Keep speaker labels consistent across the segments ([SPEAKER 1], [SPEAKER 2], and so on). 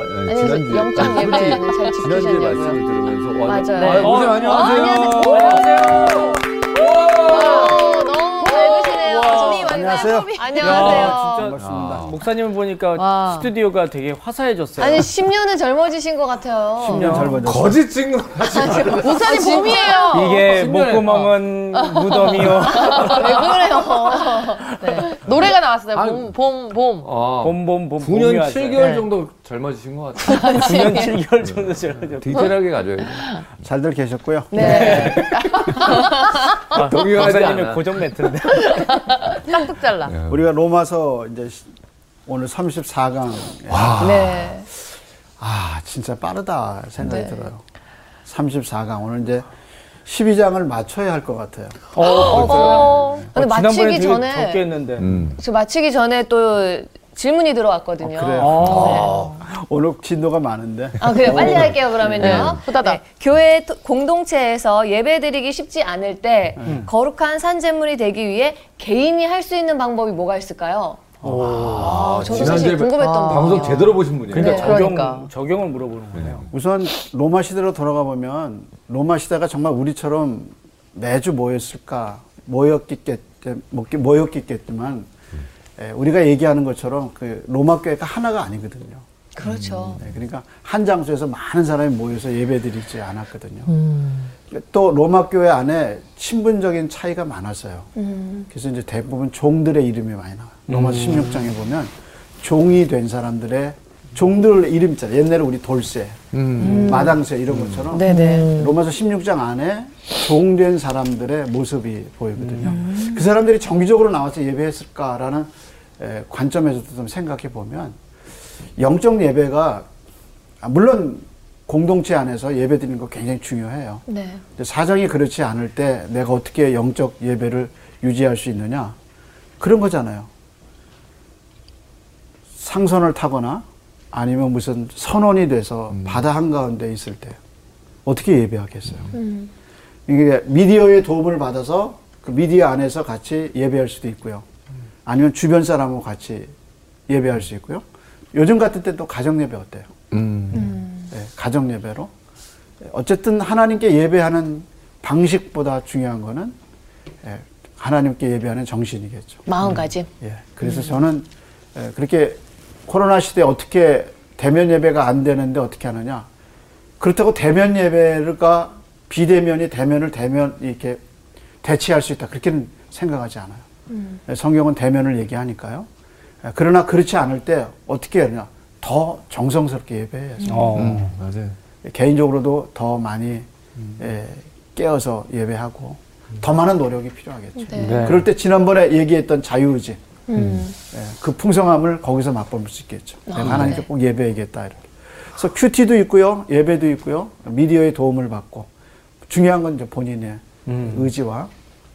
[SPEAKER 1] 아니,
[SPEAKER 2] 아니, 네, 그래서 영적 예배는 잘
[SPEAKER 1] 지난주에 말씀을
[SPEAKER 2] 지키셨냐고요. 어,
[SPEAKER 1] 들으면서 와,
[SPEAKER 2] 맞아요.
[SPEAKER 1] 아유, 고생
[SPEAKER 3] 어,
[SPEAKER 1] 안녕하세요.
[SPEAKER 2] 안녕하세요. 오, 너무 밝으시네요.
[SPEAKER 3] 와. 아,
[SPEAKER 4] 안녕하세요.
[SPEAKER 3] 야,
[SPEAKER 2] 안녕하세요.
[SPEAKER 3] 진짜
[SPEAKER 1] 반갑습니다.
[SPEAKER 3] 목사님 보니까
[SPEAKER 2] 와.
[SPEAKER 3] 스튜디오가 되게 화사해졌어요.
[SPEAKER 2] 아니 10년은 젊어지신 것 같아요.
[SPEAKER 3] 10년.
[SPEAKER 1] 거짓 증거 하지 마.
[SPEAKER 2] 목사님 몸이에요.
[SPEAKER 3] 이게
[SPEAKER 1] 신기하네.
[SPEAKER 3] 목구멍은
[SPEAKER 2] 어.
[SPEAKER 3] 무덤이요.
[SPEAKER 2] 왜 그래요? 네. 노래가 나왔어요. 봄, 봄, 봄.
[SPEAKER 1] 아,
[SPEAKER 3] 봄봄봄
[SPEAKER 1] 9년 7개월
[SPEAKER 2] 네.
[SPEAKER 1] 정도 젊어지신 것 같아요.
[SPEAKER 3] 9년 7개월 정도 지났죠.
[SPEAKER 1] 디테일하게 가져요.
[SPEAKER 4] 잘들 계셨고요.
[SPEAKER 2] 네.
[SPEAKER 1] 동의하지 않아.
[SPEAKER 3] 목사님의 고정 멘트인데.
[SPEAKER 2] 깍둑 잘라.
[SPEAKER 4] 우리가 로마서 이제 시- 오늘 34강.
[SPEAKER 2] 네.
[SPEAKER 4] 아, 진짜 빠르다 생각이
[SPEAKER 2] 네.
[SPEAKER 4] 들어요. 34강. 오늘 이제 12장을 맞춰야 할 것 같아요.
[SPEAKER 3] 어, 아,
[SPEAKER 2] 어, 근데
[SPEAKER 3] 지난번에
[SPEAKER 2] 마치기
[SPEAKER 3] 되게
[SPEAKER 2] 전에
[SPEAKER 3] 적게 했는데.
[SPEAKER 1] 음.
[SPEAKER 2] 저 마치기 전에 또 질문이 들어왔거든요. 네.
[SPEAKER 4] 그래요?
[SPEAKER 3] 아,
[SPEAKER 4] 오늘 진도가 많은데.
[SPEAKER 2] 아 그래요 빨리 할게요 그러면요 후다닥 교회 토- 공동체에서 예배드리기 쉽지 않을 때 거룩한 산재물이 되기 위해 개인이 할 수 있는 방법이 뭐가 있을까요?
[SPEAKER 1] 아,
[SPEAKER 2] 저도 사실 궁금했던
[SPEAKER 1] 방-
[SPEAKER 2] 부분이에요.
[SPEAKER 1] 방송 제대로 보신 분이에요.
[SPEAKER 3] 그러니까
[SPEAKER 2] 네.
[SPEAKER 3] 적용
[SPEAKER 2] 그러니까.
[SPEAKER 3] 적용을 물어보는 거네요.
[SPEAKER 4] 우선 로마 시대로 돌아가 보면 로마 시대가 정말 우리처럼 매주 모였을까 뭐, 모였겠겠 모였겠겠지만 에, 우리가 얘기하는 것처럼 그 로마 교회가 하나가 아니거든요.
[SPEAKER 2] 그렇죠
[SPEAKER 4] 네, 그러니까 한 장소에서 많은 사람이 모여서 예배드리지 않았거든요. 또 로마 교회 안에 신분적인 차이가 많았어요.
[SPEAKER 2] 음.
[SPEAKER 4] 그래서 이제 대부분 종들의 이름이 많이 나와요. 로마 16장에 보면 종이 된 사람들의 종들 이름 있잖아요. 옛날에 우리 돌쇠, 마당쇠 이런 것처럼
[SPEAKER 2] 음. 네네
[SPEAKER 4] 로마서 16장 안에 종된 사람들의 모습이 보이거든요.
[SPEAKER 2] 음.
[SPEAKER 4] 그 사람들이 정기적으로 나와서 예배했을까라는 에, 관점에서도 좀 생각해 보면 영적 예배가 아, 물론 공동체 안에서 예배 드리는 거 굉장히 중요해요.
[SPEAKER 2] 네
[SPEAKER 4] 근데 사정이 그렇지 않을 때 내가 어떻게 영적 예배를 유지할 수 있느냐 그런 거잖아요. 상선을 타거나 아니면 무슨 선원이 돼서 바다 한가운데 있을 때 어떻게 예배하겠어요? 이게 미디어의 도움을 받아서 그 미디어 안에서 같이 예배할 수도 있고요. 아니면 주변 사람하고 같이 예배할 수 있고요. 요즘 같은 때 또 가정 예배 어때요?
[SPEAKER 1] 음.
[SPEAKER 2] 음.
[SPEAKER 4] 가정 예배로 어쨌든 하나님께 예배하는 방식보다 중요한 거는 예, 하나님께 예배하는 정신이겠죠.
[SPEAKER 2] 마음가짐
[SPEAKER 4] 예, 그래서 저는 예, 그렇게 코로나 시대 에 어떻게 대면 예배가 안 되는데 어떻게 하느냐. 그렇다고 대면 예배가 비대면이 대면을 대면 이렇게 대체할 수 있다. 그렇게는 생각하지 않아요. 예, 성경은 대면을 얘기하니까요. 예, 그러나 그렇지 않을 때 어떻게 해야 하냐. 더 정성스럽게 예배해야죠.
[SPEAKER 1] 음.
[SPEAKER 3] 어.
[SPEAKER 1] 맞아요.
[SPEAKER 4] 개인적으로도 더 많이 예, 깨어서 예배하고 더 많은 노력이 필요하겠죠.
[SPEAKER 2] 네.
[SPEAKER 3] 네.
[SPEAKER 4] 그럴 때 지난번에 얘기했던 자유의지
[SPEAKER 2] 음.
[SPEAKER 4] 예, 그 풍성함을 거기서 맛볼 수 있겠죠.
[SPEAKER 2] 아,
[SPEAKER 4] 내가 하나님께
[SPEAKER 2] 네.
[SPEAKER 4] 꼭 예배해야겠다. 이렇게. 그래서 큐티도 있고요, 예배도 있고요, 미디어의 도움을 받고 중요한 건 이제 본인의 의지와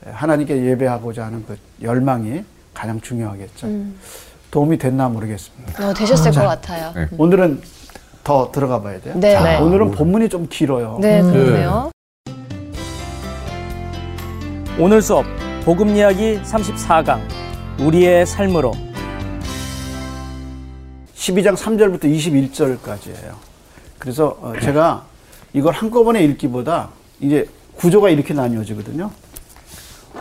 [SPEAKER 4] 예, 하나님께 예배하고자 하는 그 열망이 가장 중요하겠죠.
[SPEAKER 2] 음.
[SPEAKER 4] 도움이 됐나 모르겠습니다.
[SPEAKER 2] 어, 되셨을 것 같아요
[SPEAKER 1] 네.
[SPEAKER 4] 오늘은 더 들어가 봐야 돼요.
[SPEAKER 2] 음. 네 네,
[SPEAKER 4] 아, 오늘은 본문이 좀 길어요.
[SPEAKER 2] 네 그러네요
[SPEAKER 3] 오늘 수업 복음 이야기 34강 우리의 삶으로
[SPEAKER 2] 네.
[SPEAKER 4] 12장 3절부터 21절까지예요. 그래서 어, 제가 이걸 한꺼번에 읽기보다 이제 구조가 이렇게 나뉘어지거든요.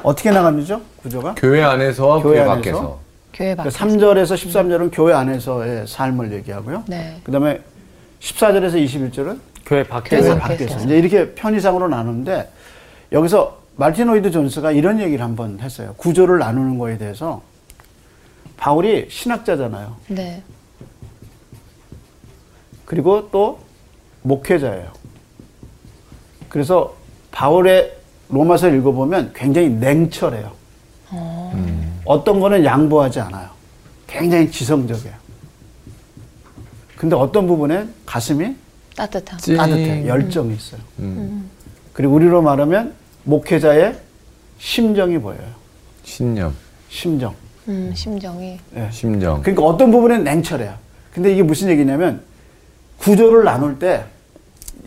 [SPEAKER 4] 어떻게 나가죠? 구조가?
[SPEAKER 1] 교회 안에서
[SPEAKER 4] 교회
[SPEAKER 1] 교회,
[SPEAKER 4] 안에서.
[SPEAKER 1] 밖에서.
[SPEAKER 2] 교회
[SPEAKER 4] 그러니까
[SPEAKER 2] 밖
[SPEAKER 4] 3절에서 13절은 교회 안에서의 삶을 얘기하고요.
[SPEAKER 2] 네.
[SPEAKER 4] 그다음에 14절에서 21절은
[SPEAKER 3] 교회 밖에
[SPEAKER 2] 교회
[SPEAKER 4] 교회
[SPEAKER 2] 밖에서.
[SPEAKER 4] 밖에서. 이제 이렇게 편의상으로 나누는데 여기서 말틴 오이드 존스가 이런 얘기를 한번 했어요. 구조를 나누는 거에 대해서 바울이 신학자잖아요.
[SPEAKER 2] 네.
[SPEAKER 4] 그리고 또 목회자예요. 그래서 바울의 로마서 읽어보면 굉장히 냉철해요.
[SPEAKER 1] 음.
[SPEAKER 4] 어떤 거는 양보하지 않아요. 굉장히 지성적이에요. 근데 어떤 부분에 가슴이
[SPEAKER 2] 따뜻함
[SPEAKER 1] 찡.
[SPEAKER 4] 따뜻해요. 열정이 있어요.
[SPEAKER 1] 음.
[SPEAKER 4] 그리고 우리로 말하면 목회자의 심정이 보여요.
[SPEAKER 1] 신념,
[SPEAKER 4] 심정.
[SPEAKER 2] 음, 심정이
[SPEAKER 1] 네.
[SPEAKER 4] 예.
[SPEAKER 1] 심정.
[SPEAKER 4] 그러니까 어떤 부분은 냉철해요. 근데 이게 무슨 얘기냐면 구조를 나눌 때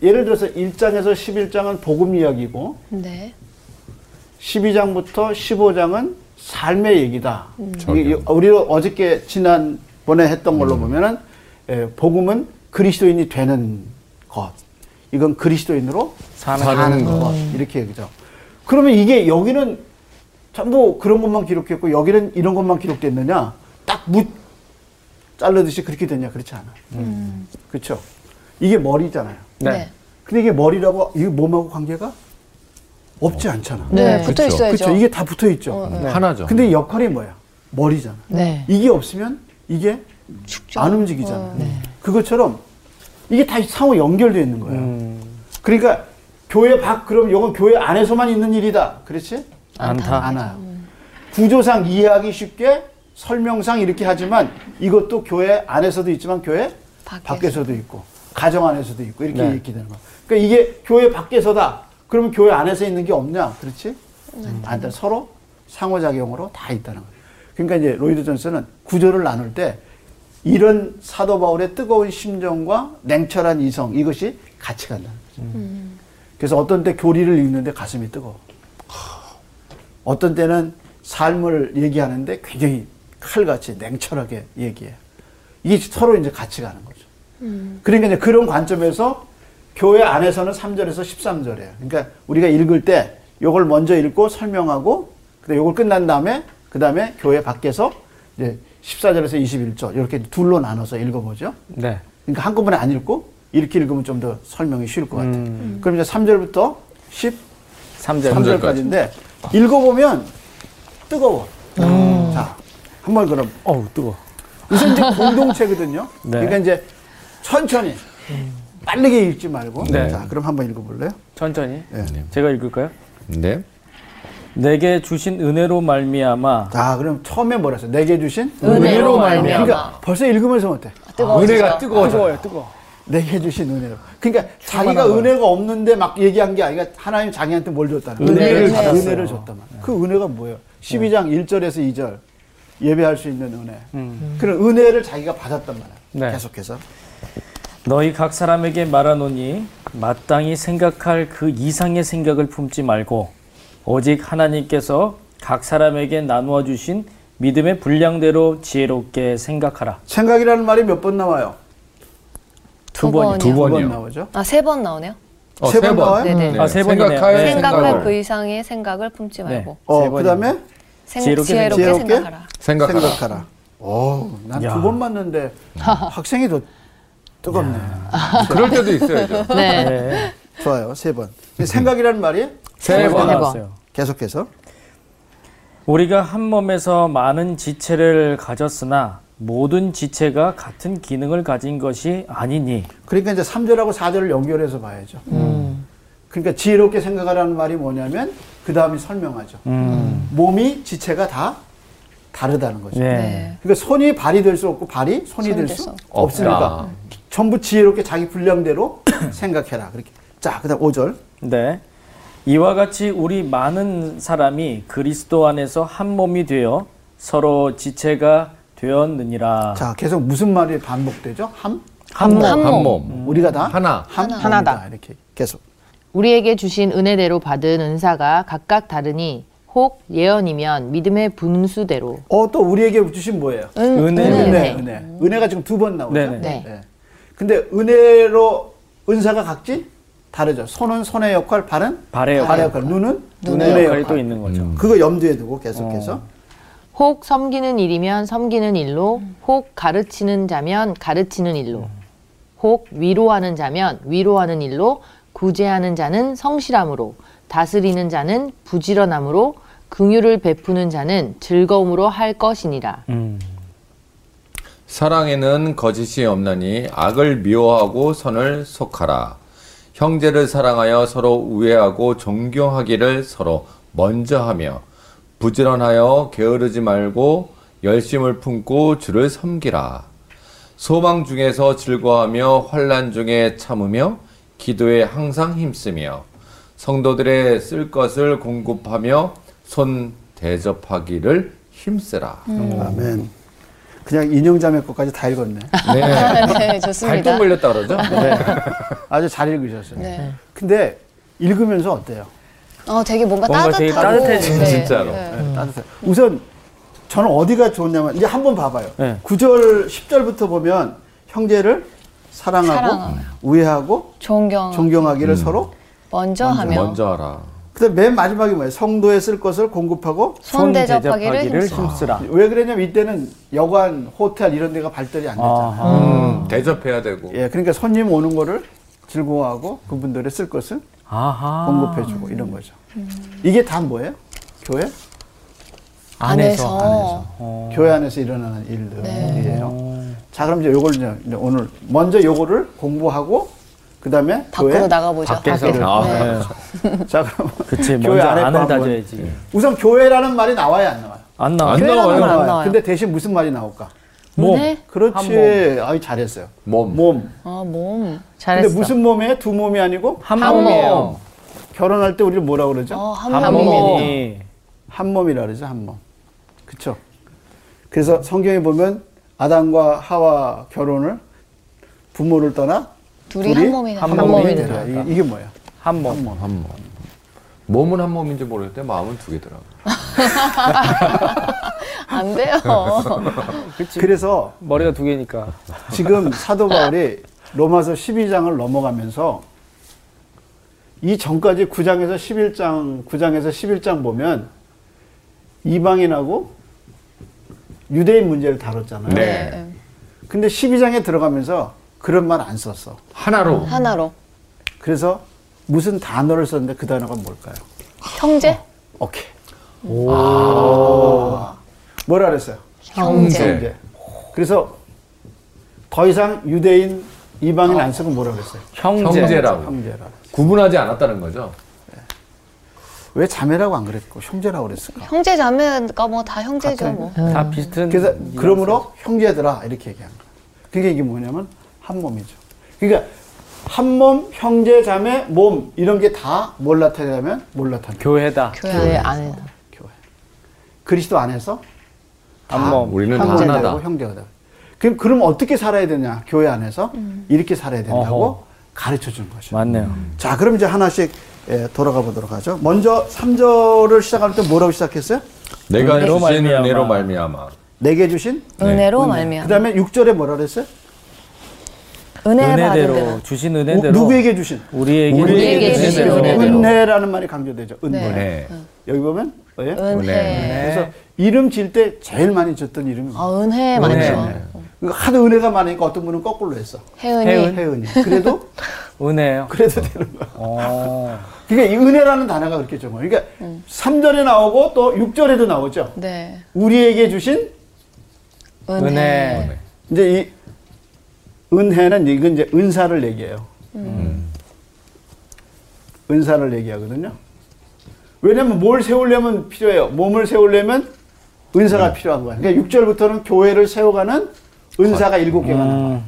[SPEAKER 4] 예를 들어서 1장에서 11장은 복음 이야기고
[SPEAKER 2] 네
[SPEAKER 4] 12장부터 15장은 삶의 얘기다.
[SPEAKER 1] 적용.
[SPEAKER 4] 음. 우리 어저께 지난번에 했던 걸로 보면은 예, 복음은 그리스도인이 되는 것. 이건 그리스도인으로
[SPEAKER 3] 사는
[SPEAKER 4] 사는, 것. 이렇게 얘기죠. 그러면 이게 여기는 전부 그런 것만 기록했고 여기는 이런 것만 기록됐느냐? 딱무 자르듯이 그렇게 됐냐? 그렇지 않아. 그렇죠. 이게 머리잖아요.
[SPEAKER 2] 네.
[SPEAKER 4] 근데 이게 머리라고 이게 몸하고 관계가 없지 않잖아.
[SPEAKER 2] 네,
[SPEAKER 5] 네,
[SPEAKER 1] 그쵸.
[SPEAKER 2] 붙어 있어야죠. 네.
[SPEAKER 4] 그렇죠. 이게 다 붙어 있죠.
[SPEAKER 1] 하나죠.
[SPEAKER 4] 근데 역할이 뭐야? 머리잖아.
[SPEAKER 5] 네.
[SPEAKER 4] 이게 없으면 이게 안
[SPEAKER 2] 어,
[SPEAKER 4] 움직이잖아. 요
[SPEAKER 2] 네.
[SPEAKER 4] 그것처럼 이게 다 상호 연결되어 있는 거예요.
[SPEAKER 2] 음.
[SPEAKER 4] 그러니까 교회 밖 그럼 이건 교회 안에서만 있는 일이다. 그렇지?
[SPEAKER 3] 안타.
[SPEAKER 4] 안아요.
[SPEAKER 2] 음.
[SPEAKER 4] 구조상 이해하기 쉽게 설명상 이렇게 하지만 이것도 교회 안에서도 있지만 교회
[SPEAKER 2] 밖에서.
[SPEAKER 4] 밖에서. 도 있고 가정 안에서도 있고 이렇게 얘기되는 거야. 그러니까 이게 교회 밖에서다. 그러면 교회 안에서 있는 게 없냐? 그렇지?
[SPEAKER 2] 음.
[SPEAKER 4] 안 돼. 서로 상호작용으로 다 있다는 거야. 그러니까 이제 로이드 존슨은 구조를 나눌 때 이런 사도 바울의 뜨거운 심정과 냉철한 이성 이것이 같이 간다는 거죠.
[SPEAKER 2] 음.
[SPEAKER 4] 그래서 어떤 때 교리를 읽는데 가슴이 뜨거워. 어떤 때는 삶을 얘기하는데 굉장히 칼같이 냉철하게 얘기해. 이게 서로 이제 같이 가는 거죠. 그러니까 이제 그런 관점에서 교회 안에서는 3절에서 13절이에요. 그러니까 우리가 읽을 때 요걸 먼저 읽고 설명하고 근데 요걸 끝난 다음에 그다음에 교회 밖에서 이제 14절에서 21절 이렇게 둘로 나눠서 읽어보죠.
[SPEAKER 3] 네.
[SPEAKER 4] 그러니까 한꺼번에 안 읽고 이렇게 읽으면 좀 더 설명이 쉬울 것 같아요. 그럼 이제 3절부터 10
[SPEAKER 3] 3절.
[SPEAKER 4] 3절까지인데 읽어보면 뜨거워.
[SPEAKER 2] 음.
[SPEAKER 4] 자, 한번 그럼
[SPEAKER 3] 어우, 뜨거.
[SPEAKER 4] 우선 이제 공동체거든요.
[SPEAKER 3] 네.
[SPEAKER 4] 그러니까 이제 천천히 빠르게 읽지 말고.
[SPEAKER 3] 네.
[SPEAKER 4] 자, 그럼 한번 읽어볼래요?
[SPEAKER 3] 천천히.
[SPEAKER 4] 예.
[SPEAKER 3] 제가 읽을까요?
[SPEAKER 1] 네.
[SPEAKER 3] 내게 주신 은혜로 말미암아
[SPEAKER 4] 자, 그럼 처음에 뭐라 했어요? 내게 주신
[SPEAKER 2] 은혜로 말미암아.
[SPEAKER 4] 그러니까 벌써 읽으면서 어때?
[SPEAKER 2] 뜨거워지죠.
[SPEAKER 1] 은혜가 뜨거워져.
[SPEAKER 3] 뜨거워요, 뜨거.
[SPEAKER 4] 내게 주신 은혜로. 그러니까 자기가 은혜가 없는데 막 얘기한 게 아니라 하나님 자기한테 뭘 줬다는 거예요.
[SPEAKER 3] 은혜를 받았어요. 네.
[SPEAKER 4] 은혜를 줬단 말이에요. 그 은혜가 뭐예요? 12장 1절에서 2절. 예배할 수 있는 은혜. 그런 은혜를 자기가 받았단 말이에요.
[SPEAKER 3] 음. 네.
[SPEAKER 4] 계속해서.
[SPEAKER 3] 너희 각 사람에게 말하노니 마땅히 생각할 그 이상의 생각을 품지 말고 오직 하나님께서 각 사람에게 나누어 주신 믿음의 분량대로 지혜롭게 생각하라.
[SPEAKER 4] 생각이라는 말이 몇 번 나와요?
[SPEAKER 3] 두
[SPEAKER 2] 번이요.
[SPEAKER 3] 번이
[SPEAKER 1] 두
[SPEAKER 4] 두
[SPEAKER 1] 번이요.
[SPEAKER 4] 번 나오죠?
[SPEAKER 2] 아, 세 번 나오네요.
[SPEAKER 1] 어,
[SPEAKER 4] 세
[SPEAKER 1] 세
[SPEAKER 4] 번 나와요?
[SPEAKER 2] 네네.
[SPEAKER 1] 네.
[SPEAKER 3] 아, 세 번이네요.
[SPEAKER 1] 생각하여
[SPEAKER 3] 네.
[SPEAKER 2] 생각할
[SPEAKER 1] 생각을.
[SPEAKER 2] 그 이상의 생각을 품지
[SPEAKER 3] 네.
[SPEAKER 2] 말고
[SPEAKER 4] 어,
[SPEAKER 3] 세 번이요.
[SPEAKER 4] 그 다음에
[SPEAKER 2] 생,
[SPEAKER 3] 지혜롭게
[SPEAKER 2] 지혜롭게,
[SPEAKER 4] 생각-
[SPEAKER 2] 생각하라.
[SPEAKER 1] 생각하라.
[SPEAKER 4] 생각하라. 오, 난
[SPEAKER 3] 야.
[SPEAKER 4] 두 번 맞는데 학생이 더 뜨겁네.
[SPEAKER 1] 그럴 때도 있어야죠.
[SPEAKER 5] 네.
[SPEAKER 3] 네.
[SPEAKER 4] 좋아요, 세 번. 생각이라는 말이
[SPEAKER 1] 세
[SPEAKER 5] 번.
[SPEAKER 1] 번.
[SPEAKER 3] 나왔어요.
[SPEAKER 4] 계속해서.
[SPEAKER 3] 우리가 한 몸에서 많은 지체를 가졌으나 모든 지체가 같은 기능을 가진 것이 아니니
[SPEAKER 4] 그러니까 이제 3절하고 4절을 연결해서 봐야죠. 그러니까 지혜롭게 생각하라는 말이 뭐냐면 그 다음이 설명하죠. 몸이 지체가 다 다르다는 거죠.
[SPEAKER 3] 네.
[SPEAKER 2] 네.
[SPEAKER 4] 그러니까 손이 발이 될 수 없고 발이 손이 될 수 없으니까
[SPEAKER 1] 없다.
[SPEAKER 4] 전부 지혜롭게 자기 분량대로 생각해라. 그렇게. 자, 그다음 5절.
[SPEAKER 3] 네. 이와 같이 우리 많은 사람이 그리스도 안에서 한 몸이 되어 서로 지체가 되었느니라.
[SPEAKER 4] 자, 계속 무슨 말이 반복되죠? 함.
[SPEAKER 2] 한 몸. 음.
[SPEAKER 1] 한 몸.
[SPEAKER 4] 우리가 다
[SPEAKER 1] 하나.
[SPEAKER 4] 함
[SPEAKER 5] 하나다.
[SPEAKER 4] 몸이다. 이렇게 계속.
[SPEAKER 5] 우리에게 주신 은혜대로 받은 은사가 각각 다르니 혹 예언이면 믿음의 분수대로
[SPEAKER 4] 어, 또 우리에게 주신 뭐예요?
[SPEAKER 3] 네, 은혜.
[SPEAKER 5] 은혜.
[SPEAKER 4] 은혜, 은혜. 네. 음. 은혜가 지금 두 번 나오죠.
[SPEAKER 3] 네네.
[SPEAKER 5] 네.
[SPEAKER 4] 예. 근데 은혜로 은사가 각지 다르죠. 손은 손의 역할, 발은
[SPEAKER 3] 발의 역할.
[SPEAKER 4] 역할, 눈은
[SPEAKER 3] 눈의 역할이 어. 또 있는 거죠.
[SPEAKER 4] 그거 염두에 두고 계속해서
[SPEAKER 5] 혹 섬기는 일이면 섬기는 일로 혹 가르치는 자면 가르치는 일로 혹 위로하는 자면 위로하는 일로 구제하는 자는 성실함으로 다스리는 자는 부지런함으로 긍휼을 베푸는 자는 즐거움으로 할 것이니라.
[SPEAKER 3] 음.
[SPEAKER 1] 사랑에는 거짓이 없나니 악을 미워하고 선을 속하라. 형제를 사랑하여 서로 우애하고 존경하기를 서로 먼저 하며 부지런하여 게으르지 말고 열심을 품고 주를 섬기라. 소망 중에서 즐거워하며 환란 중에 참으며 기도에 항상 힘쓰며 성도들의 쓸 것을 공급하며 손 대접하기를 힘쓰라.
[SPEAKER 2] 음.
[SPEAKER 3] 음.
[SPEAKER 4] 음. 아멘. 그냥 인형자매 것까지 다 읽었네.
[SPEAKER 1] 네.
[SPEAKER 2] 네,
[SPEAKER 1] 발동
[SPEAKER 2] 좋습니다.
[SPEAKER 1] 걸렸다 그러죠? 네.
[SPEAKER 4] 아주 잘 읽으셨어요.
[SPEAKER 2] 네.
[SPEAKER 4] 근데 읽으면서 어때요?
[SPEAKER 2] 어, 되게 뭔가,
[SPEAKER 3] 뭔가 되게
[SPEAKER 2] 따뜻하고
[SPEAKER 3] 따뜻해지네,
[SPEAKER 1] 진짜로.
[SPEAKER 4] 따뜻해. 우선 저는 어디가 좋냐면 이제 한번 봐봐요.
[SPEAKER 3] 네.
[SPEAKER 4] 구 9절 10절부터 보면 형제를 사랑하고,
[SPEAKER 2] 사랑하고.
[SPEAKER 4] 우애하고
[SPEAKER 3] 어.
[SPEAKER 2] 존경
[SPEAKER 4] 존경하기를
[SPEAKER 3] 음.
[SPEAKER 4] 서로
[SPEAKER 2] 먼저 하며
[SPEAKER 1] 네. 먼저 하라.
[SPEAKER 4] 그다음 맨 마지막이 뭐예요? 성도에 쓸 것을 공급하고
[SPEAKER 2] 손
[SPEAKER 3] 손
[SPEAKER 2] 대접하기를
[SPEAKER 3] 대접하기를
[SPEAKER 2] 힘써.
[SPEAKER 3] 힘쓰라.
[SPEAKER 4] 왜 그러냐면 이때는 여관, 호텔 이런 데가 발달이 안 됐잖아요.
[SPEAKER 3] 아하.
[SPEAKER 1] 음, 대접해야 되고.
[SPEAKER 4] 예, 그러니까 손님 오는 거를 즐거워하고 그분들의 쓸 것을
[SPEAKER 3] 아하.
[SPEAKER 4] 공급해주고 이런 거죠.
[SPEAKER 2] 음.
[SPEAKER 4] 이게 다 뭐예요? 교회?
[SPEAKER 2] 안에서. 어,
[SPEAKER 4] 교회 안에서 일어나는 일들이에요. 자, 그럼 이제 요걸 이제 이제 오늘 먼저 요거를 공부하고 그다음에
[SPEAKER 2] 밖으로
[SPEAKER 4] 교회.
[SPEAKER 2] 나가보죠.
[SPEAKER 3] 밖에서.
[SPEAKER 2] 밖에서.
[SPEAKER 1] 아,
[SPEAKER 2] 네.
[SPEAKER 3] 네.
[SPEAKER 4] 자, 그럼
[SPEAKER 3] 그치.
[SPEAKER 4] 교회
[SPEAKER 3] 먼저
[SPEAKER 4] 안에 예. 거
[SPEAKER 3] 안을
[SPEAKER 4] 한번.
[SPEAKER 3] 다져야지.
[SPEAKER 4] 우선 교회라는 말이 나와야 안 나와요?
[SPEAKER 3] 안 나와.
[SPEAKER 1] 안
[SPEAKER 2] 교회라는
[SPEAKER 1] 나와요.
[SPEAKER 2] 건 안 나와요.
[SPEAKER 4] 근데 대신 무슨 말이 나올까?
[SPEAKER 3] 몸.
[SPEAKER 2] 네?
[SPEAKER 4] 그렇지. 아유 잘했어요.
[SPEAKER 1] 몸.
[SPEAKER 4] 몸.
[SPEAKER 2] 아, 몸.
[SPEAKER 5] 잘했어.
[SPEAKER 4] 근데 무슨 몸이에요? 두 몸이 아니고
[SPEAKER 3] 한
[SPEAKER 2] 한
[SPEAKER 3] 몸이에요.
[SPEAKER 4] 결혼할 때 우리를 뭐라 그러죠?
[SPEAKER 2] 어, 한,
[SPEAKER 3] 한
[SPEAKER 2] 몸.
[SPEAKER 3] 몸이니.
[SPEAKER 4] 한 몸이라 그러죠, 한 몸. 그쵸? 그래서 성경에 보면 아담과 하와 결혼을 부모를 떠나
[SPEAKER 2] 어, 둘이 한 몸이
[SPEAKER 4] 한
[SPEAKER 2] 되라.
[SPEAKER 4] 몸이
[SPEAKER 2] 한
[SPEAKER 4] 되라. 이게, 이게 뭐야?
[SPEAKER 3] 어, 한 몸.
[SPEAKER 1] 한 몸. 몸은 한 몸인지 모르겠는데 마음은 두 개더라고.
[SPEAKER 2] 안 돼요.
[SPEAKER 3] 그치.
[SPEAKER 4] 그래서
[SPEAKER 3] 머리가 두 개니까.
[SPEAKER 4] 지금 사도 바울이 로마서 12장을 넘어가면서 이 전까지 9장에서 11장, 9장에서 11장 보면 이방인하고 유대인 문제를 다뤘잖아요.
[SPEAKER 2] 네.
[SPEAKER 4] 근데 12장에 들어가면서 그런 말 안 썼어.
[SPEAKER 1] 하나로.
[SPEAKER 2] 하나로.
[SPEAKER 4] 그래서 무슨 단어를 썼는데 그 단어가 뭘까요?
[SPEAKER 2] 형제?
[SPEAKER 4] 오케이. 오. 뭐라 그랬어요?
[SPEAKER 2] 네.
[SPEAKER 1] 형제.
[SPEAKER 4] 형제. 그래서 더 이상 유대인 이방인 안 쓰고 뭐라 그랬어요?
[SPEAKER 3] 형제.
[SPEAKER 1] 형제라고.
[SPEAKER 4] 형제라.
[SPEAKER 1] 구분하지 않았다는 거죠.
[SPEAKER 4] 왜 자매라고 안 그랬고 형제라고 그랬을까?
[SPEAKER 2] 형제 자매가 뭐 다 형제죠, 뭐.
[SPEAKER 3] 다 비슷한.
[SPEAKER 4] 그래서
[SPEAKER 3] 뉘앙스.
[SPEAKER 4] 그러므로 형제들아 이렇게 얘기한 거야. 그게 이게 뭐냐면 한 몸이죠. 그러니까 한 몸, 형제, 자매, 몸 이런 게 다 뭘 나타내냐면 뭘 나타내?
[SPEAKER 3] 교회다.
[SPEAKER 2] 교회
[SPEAKER 5] 교회
[SPEAKER 2] 안에.
[SPEAKER 5] 네, 안에서.
[SPEAKER 4] 교회. 그리스도 안에서 다
[SPEAKER 3] 한 몸.
[SPEAKER 1] 우리는 다
[SPEAKER 4] 형제가
[SPEAKER 1] 하나다.
[SPEAKER 4] 되고 형제가 되고. 그럼 그럼 어떻게 살아야 되냐? 교회 안에서
[SPEAKER 2] 음.
[SPEAKER 4] 이렇게 살아야 된다고
[SPEAKER 3] 어허.
[SPEAKER 4] 가르쳐 주는 거죠.
[SPEAKER 3] 맞네요.
[SPEAKER 4] 자, 그럼 이제 하나씩 예, 돌아가 보도록 하죠. 먼저 3절을 시작할 때 뭐라고 시작했어요?
[SPEAKER 1] 내가
[SPEAKER 3] 은혜로
[SPEAKER 1] 주신
[SPEAKER 3] 말미암아.
[SPEAKER 1] 은혜로 말미암아.
[SPEAKER 4] 내게 주신
[SPEAKER 2] 네. 은혜로
[SPEAKER 4] 은혜.
[SPEAKER 2] 말미암아.
[SPEAKER 4] 그다음에 6절에 뭐라 그랬어요?
[SPEAKER 2] 은혜 받은
[SPEAKER 3] 은혜대로
[SPEAKER 2] 대로.
[SPEAKER 3] 주신
[SPEAKER 4] 우-
[SPEAKER 3] 은혜대로
[SPEAKER 4] 누구에게 주신?
[SPEAKER 3] 네, 우리에게,
[SPEAKER 2] 우리에게 주신
[SPEAKER 3] 주신
[SPEAKER 2] 은혜대로.
[SPEAKER 3] 은혜대로.
[SPEAKER 4] 은혜라는 말이 강조되죠. 은혜.
[SPEAKER 1] 은혜.
[SPEAKER 4] 여기 보면 예?
[SPEAKER 2] 네. 은혜.
[SPEAKER 4] 그래서 이름 지을 때 제일 많이 줬던 이름이
[SPEAKER 2] 아, 은혜 많이
[SPEAKER 3] 은혜.
[SPEAKER 2] 줘.
[SPEAKER 4] 이거 하도 은혜가 많으니까 어떤 분은 거꾸로 했어.
[SPEAKER 2] 혜은이.
[SPEAKER 3] 혜은.
[SPEAKER 4] 혜은이. 그래도
[SPEAKER 3] 은혜요.
[SPEAKER 4] 그래도 되는 거야.
[SPEAKER 3] 어.
[SPEAKER 4] 그러니까 이 은혜라는 단어가 그렇게 적어요. 그러니까 3절에 나오고 또 6절에도 나오죠.
[SPEAKER 2] 네.
[SPEAKER 4] 우리에게 주신
[SPEAKER 2] 은혜.
[SPEAKER 3] 은혜.
[SPEAKER 4] 이제 이 은혜는 이건 이제 은사를 얘기해요. 은사를 얘기하거든요. 왜냐면 뭘 세우려면 필요해요. 몸을 세우려면 은사가 필요한 거예요. 그러니까 6절부터는 교회를 세워가는 은사가 일곱 개가 나와요.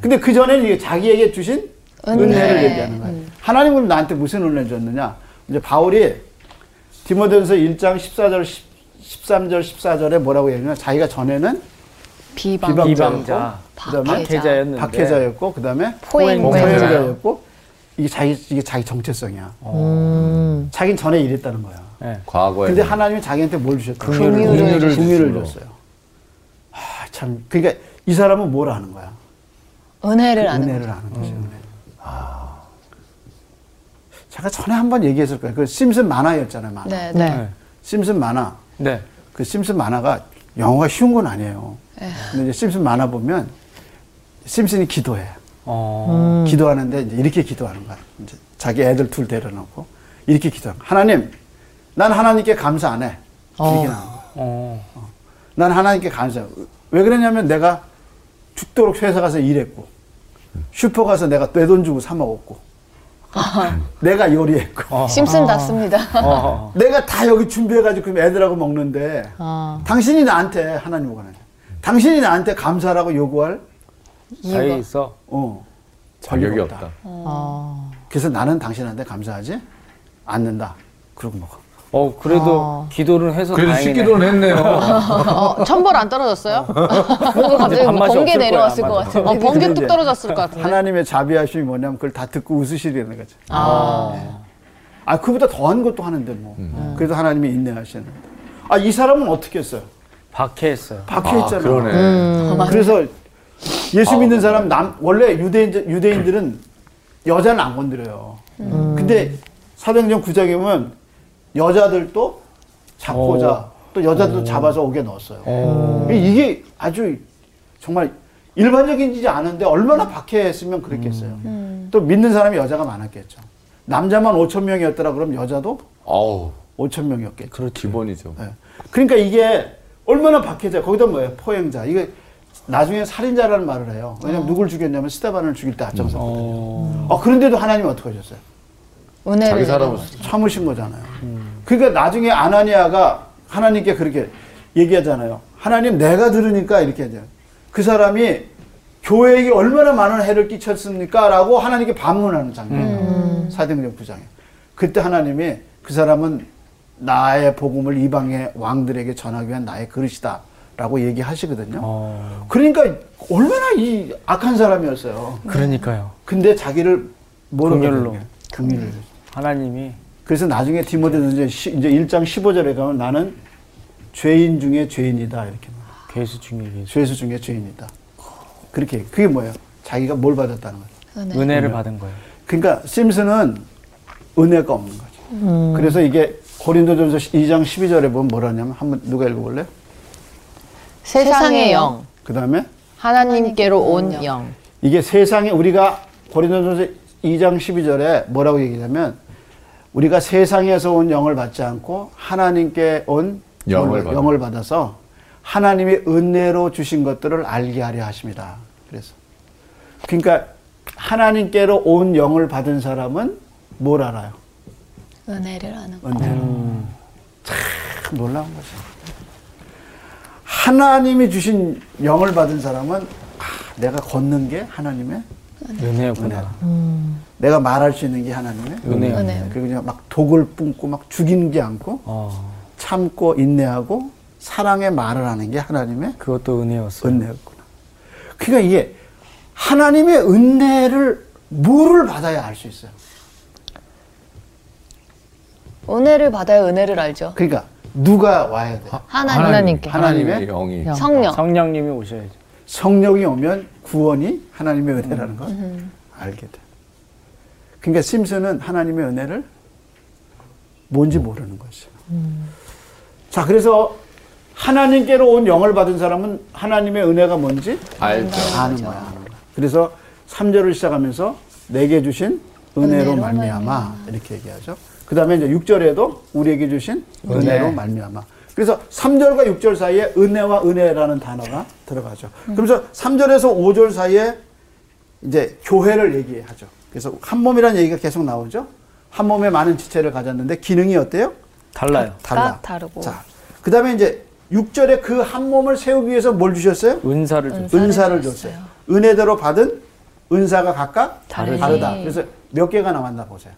[SPEAKER 4] 근데 그 전에는 이게 자기에게 주신
[SPEAKER 2] 은혜. 음.
[SPEAKER 4] 은혜를 얘기하는 거예요. 하나님은 나한테 무슨 은혜를 줬느냐? 이제 바울이 디모데전서 1장 14절 13절 14절에 뭐라고 얘기하냐면 자기가 전에는
[SPEAKER 2] 비방.
[SPEAKER 4] 비방자였고
[SPEAKER 3] 비방자.
[SPEAKER 4] 그다음에
[SPEAKER 3] 박해자였는데.
[SPEAKER 4] 박해자였고 그다음에
[SPEAKER 2] 포행자.
[SPEAKER 4] 포행자였고 이게 자기 이게 자기 정체성이야.
[SPEAKER 2] 음.
[SPEAKER 4] 자기는 전에 이랬다는 거야.
[SPEAKER 3] 네.
[SPEAKER 1] 과거에.
[SPEAKER 4] 근데 하나님이 자기한테 뭘 주셨다?
[SPEAKER 1] 긍휼을
[SPEAKER 4] 긍휼을, 긍휼을
[SPEAKER 1] 주심으로.
[SPEAKER 4] 줬어요. 아, 참 그러니까 이 사람은 뭘 아는 거야?
[SPEAKER 2] 은혜를 아는 거죠. 음.
[SPEAKER 4] 은혜를 아는 거지. 은혜. 제가 전에 한번 얘기했을 거예요. 그 심슨 만화였잖아요. 만화.
[SPEAKER 2] 네. 네.
[SPEAKER 5] 네.
[SPEAKER 3] 네.
[SPEAKER 4] 심슨 만화.
[SPEAKER 3] 네.
[SPEAKER 4] 그 심슨 만화가 영어가 쉬운 건 아니에요. 근데 이제 심슨 만화 보면 심슨이 기도해.
[SPEAKER 3] 어.
[SPEAKER 4] 기도하는데 이제 이렇게 기도하는 거야. 이제 자기 애들 둘 데려놓고 이렇게 기도하는 거야. 하나님, 난 하나님께 감사 안 해. 이렇게 나오는 거야.
[SPEAKER 3] 어.
[SPEAKER 4] 난 하나님께 감사. 왜 그러냐면 내가 죽도록 회사 가서 일했고 슈퍼 가서 내가 내 돈 주고 사 먹었고 내가 요리했고
[SPEAKER 2] 심슨 닿습니다.
[SPEAKER 3] 어.
[SPEAKER 4] 내가 다 여기 준비해가지고 그럼 애들하고 먹는데
[SPEAKER 5] 아.
[SPEAKER 4] 당신이 나한테 하나님 오가나 당신이 나한테 감사라고 요구할
[SPEAKER 3] 자유 있어.
[SPEAKER 4] 어,
[SPEAKER 1] 자격이
[SPEAKER 4] 권리가
[SPEAKER 1] 없다.
[SPEAKER 5] 어.
[SPEAKER 4] 그래서 나는 당신한테 감사하지 않는다. 그러고 먹어.
[SPEAKER 3] 어 그래도 기도를 해서
[SPEAKER 1] 그래도
[SPEAKER 3] 다행이네.
[SPEAKER 1] 쉽기도는 했네요.
[SPEAKER 5] 어, 천벌 안 떨어졌어요?
[SPEAKER 2] 뭔가
[SPEAKER 5] 아,
[SPEAKER 2] 갑자기
[SPEAKER 3] 밥맛이
[SPEAKER 2] 번개
[SPEAKER 3] 없을
[SPEAKER 2] 내려왔을
[SPEAKER 3] 거야,
[SPEAKER 2] 것
[SPEAKER 3] 아마도.
[SPEAKER 2] 같은데.
[SPEAKER 5] 어, 번개
[SPEAKER 4] 이제
[SPEAKER 5] 뚝 떨어졌을 것 같은데.
[SPEAKER 4] 하나님의 자비하심이 뭐냐면 그걸 다 듣고 웃으시려는 거죠.
[SPEAKER 5] 아.
[SPEAKER 4] 아, 그보다 더한 것도 하는데 뭐.
[SPEAKER 1] 음.
[SPEAKER 4] 그래도 하나님이 인내하시는. 아, 이 사람은 어떻게 했어요?
[SPEAKER 3] 박해했어요.
[SPEAKER 2] 음.
[SPEAKER 4] 박혀 있잖아. 아,
[SPEAKER 1] 그러네.
[SPEAKER 4] 그래서 예수 믿는 사람 남 원래 유대인 유대인들은 여자는 안 건드려요. 근데 사도행전 9장에 보면 여자들도 잡고자 또 여자도 잡아서 옥에 어. 넣었어요. 이게 아주 정말 일반적인지 않은데 얼마나 박해했으면 그랬겠어요. 또 믿는 사람이 여자가 많았겠죠. 남자만 5천 명이었더라 그럼 여자도
[SPEAKER 1] 아우
[SPEAKER 4] 5천 명이었겠죠.
[SPEAKER 1] 기본이죠.
[SPEAKER 4] 예. 그러니까 이게 얼마나 박해자 거기다 뭐예요 포행자 이게 나중에 살인자라는 말을 해요 왜냐면 누굴 죽였냐면 스테반을 죽일 때 앞장섰거든요 어, 그런데도 하나님 어떻게 하셨어요
[SPEAKER 1] 자기
[SPEAKER 2] 은혜를
[SPEAKER 1] 사람은
[SPEAKER 4] 참으신 거잖아요 그러니까 나중에 아나니아가 하나님께 그렇게 얘기하잖아요 하나님 내가 들으니까 이렇게 하죠 그 사람이 교회에게 얼마나 많은 해를 끼쳤습니까 라고 하나님께 반문하는 장면이
[SPEAKER 3] 음.
[SPEAKER 4] 나와요 사도행전 9장에 그때 하나님이 그 사람은 나의 복음을 이방의 왕들에게 전하기 위한 나의 그릇이다 라고 얘기하시거든요
[SPEAKER 3] 어.
[SPEAKER 4] 그러니까 얼마나 이 악한 사람이었어요
[SPEAKER 3] 그러니까요.
[SPEAKER 4] 근데 자기를 뭐로
[SPEAKER 3] 긍휼로.
[SPEAKER 4] 긍휼을
[SPEAKER 3] 하나님이
[SPEAKER 4] 그래서 나중에 디모데전서 시- 이제 1장 15절에 가면 나는 죄인 중에 죄인이다 이렇게 말해요.
[SPEAKER 3] 괴수 중에 괴수.
[SPEAKER 4] 죄수 중에 죄인이다. 그렇게 얘기해요. 그게 뭐예요? 자기가 뭘 받았다는 거예요.
[SPEAKER 3] 은혜를 받은 거예요.
[SPEAKER 4] 그러니까 심슨은 은혜가 없는 거죠. 그래서 이게 고린도전서 2장 12절에 보면 뭐라냐면 한번 누가 읽어볼래?
[SPEAKER 5] 세상의 영,
[SPEAKER 4] 그 다음에
[SPEAKER 5] 하나님께로 온 영.
[SPEAKER 4] 이게 세상에 우리가 고린도전서 2장 12절에 뭐라고 얘기하냐면 우리가 세상에서 온 영을 받지 않고 하나님께 온
[SPEAKER 1] 영을
[SPEAKER 4] 영을,
[SPEAKER 1] 받아.
[SPEAKER 4] 영을 받아서 하나님이 은혜로 주신 것들을 알게 하려 하십니다. 그래서 그러니까 하나님께로 온 영을 받은 사람은 뭘 알아요?
[SPEAKER 2] 은혜를 아는 거.
[SPEAKER 4] 은혜로. 참 놀라운 거죠. 하나님이 주신 영을 받은 사람은 아, 내가 걷는 게 하나님의
[SPEAKER 3] 은혜구나.
[SPEAKER 4] 내가 말할 수 있는 게 하나님의
[SPEAKER 3] 은혜요.
[SPEAKER 2] 은혜요.
[SPEAKER 4] 그리고 그냥 막 독을 뿜고 막 죽이는 게 않고
[SPEAKER 3] 어,
[SPEAKER 4] 참고 인내하고 사랑의 말을 하는 게 하나님의
[SPEAKER 3] 그것도 은혜였어요.
[SPEAKER 4] 은혜였구나. 그러니까 이게 하나님의 은혜를 뭐를 받아야 알 수 있어요.
[SPEAKER 2] 은혜를 받아야 은혜를 알죠.
[SPEAKER 4] 그러니까 누가 와야 돼? 요
[SPEAKER 2] 하나님,
[SPEAKER 5] 하나님께.
[SPEAKER 1] 하나님의
[SPEAKER 4] 하나님의
[SPEAKER 1] 영이
[SPEAKER 5] 영.
[SPEAKER 2] 성령.
[SPEAKER 3] 성령님이 오셔야죠.
[SPEAKER 4] 성령이 오면 구원이 하나님의 은혜라는 걸 알게 돼. 그러니까 심슨은 하나님의 은혜를 뭔지 모르는 거죠. 자, 그래서 하나님께로 온 영을 받은 사람은 하나님의 은혜가 뭔지
[SPEAKER 1] 알죠.
[SPEAKER 4] 아는 거야. 아는 거야. 그래서 3절을 시작하면서 내게 주신 은혜로 말미암아 이렇게 얘기하죠. 그다음에 이제 6절에도 우리에게 주신 은혜로 말미암아. 그래서 3절과 6절 사이에 은혜와 은혜라는 단어가 들어가죠. 그러면서 3절에서 5절 사이에 이제 교회를 얘기하죠. 그래서 한 몸이라는 얘기가 계속 나오죠. 한 몸에 많은 지체를 가졌는데 기능이 어때요?
[SPEAKER 3] 달라요.
[SPEAKER 4] 달라.
[SPEAKER 2] 각 다르고.
[SPEAKER 4] 자, 그다음에 이제 6절에 그 한 몸을 세우기 위해서 뭘 주셨어요?
[SPEAKER 3] 은사를 줬어요.
[SPEAKER 4] 은사를 줬어요. 은혜대로 받은 은사가 각각
[SPEAKER 2] 다르지.
[SPEAKER 4] 다르다. 그래서 몇 개가 나왔나 보세요.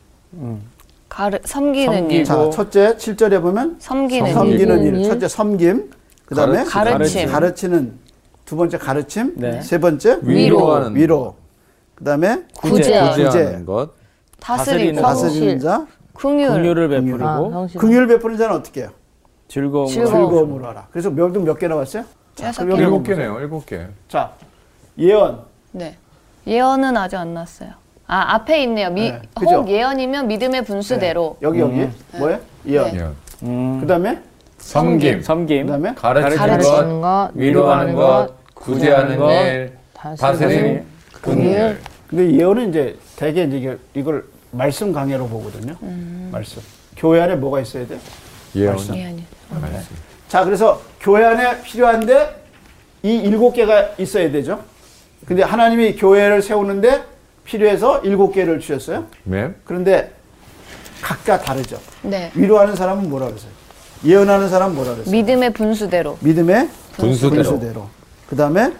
[SPEAKER 2] 가르, 섬기는
[SPEAKER 3] 섬기-
[SPEAKER 2] 일.
[SPEAKER 4] 자,
[SPEAKER 3] 그리고
[SPEAKER 4] 첫째 7절에 보면
[SPEAKER 2] 섬기는 일.
[SPEAKER 4] 섬기는 일,
[SPEAKER 5] 일.
[SPEAKER 4] 첫째 섬김, 그 다음에
[SPEAKER 2] 가르침.
[SPEAKER 4] 가르치는 두 번째 가르침,
[SPEAKER 3] 네.
[SPEAKER 4] 세 번째
[SPEAKER 1] 위로.
[SPEAKER 4] 위로, 그 다음에
[SPEAKER 2] 구제하는
[SPEAKER 4] 구제,
[SPEAKER 1] 구제하는 것.
[SPEAKER 2] 다스리고.
[SPEAKER 3] 다스리는
[SPEAKER 4] 다스리는 자,
[SPEAKER 2] 궁율.
[SPEAKER 3] 긍휼을
[SPEAKER 5] 아,
[SPEAKER 3] 베풀고
[SPEAKER 5] 성실.
[SPEAKER 4] 긍휼 베푸는 자는 어떻게 해요?
[SPEAKER 3] 즐거움으로
[SPEAKER 2] 즐거움.
[SPEAKER 4] 즐거움으로 하라. 그래서 몇개 나왔어요? 자,
[SPEAKER 2] 여섯
[SPEAKER 4] 그럼
[SPEAKER 2] 개.
[SPEAKER 4] 여기
[SPEAKER 1] 일곱
[SPEAKER 4] 보세요.
[SPEAKER 1] 개네요. 예. 일곱 개.
[SPEAKER 4] 자, 예언,
[SPEAKER 2] 네. 예언은 아직 안 났어요. 아, 앞에 있네요. 미,
[SPEAKER 4] 네, 그죠?
[SPEAKER 2] 혹 예언이면 믿음의 분수대로. 음.
[SPEAKER 4] 여기 여기 뭐예요? 예언.
[SPEAKER 2] 네.
[SPEAKER 1] 예.
[SPEAKER 4] 그 다음에
[SPEAKER 1] 섬김,
[SPEAKER 3] 섬김,
[SPEAKER 4] 그다음에
[SPEAKER 1] 가르치는
[SPEAKER 5] 가르치는 것,
[SPEAKER 1] 것, 위로하는 것, 구제하는
[SPEAKER 3] 것,
[SPEAKER 1] 일, 다스림, 긍휼.
[SPEAKER 4] 예. 근데 예언은 이제 대개 이제 이걸- 이걸 말씀 강해로 보거든요.
[SPEAKER 1] 음.
[SPEAKER 4] 말씀. 교회 안에 뭐가 있어야 돼?
[SPEAKER 1] 예언.
[SPEAKER 2] 네. 예언이.
[SPEAKER 1] 말씀.
[SPEAKER 4] 자, 그래서 교회 안에 필요한데 이 일곱 개가 있어야 되죠. 근데 하나님이 교회를 세우는데 필요해서 일곱 개를 주셨어요.
[SPEAKER 1] 네.
[SPEAKER 4] 그런데 각각 다르죠.
[SPEAKER 2] 네.
[SPEAKER 4] 위로하는 사람은 뭐라 그랬어요? 예언하는 사람은 뭐라 그랬어요?
[SPEAKER 2] 믿음의 분수대로.
[SPEAKER 4] 믿음의
[SPEAKER 1] 분수대로.
[SPEAKER 4] 그 다음에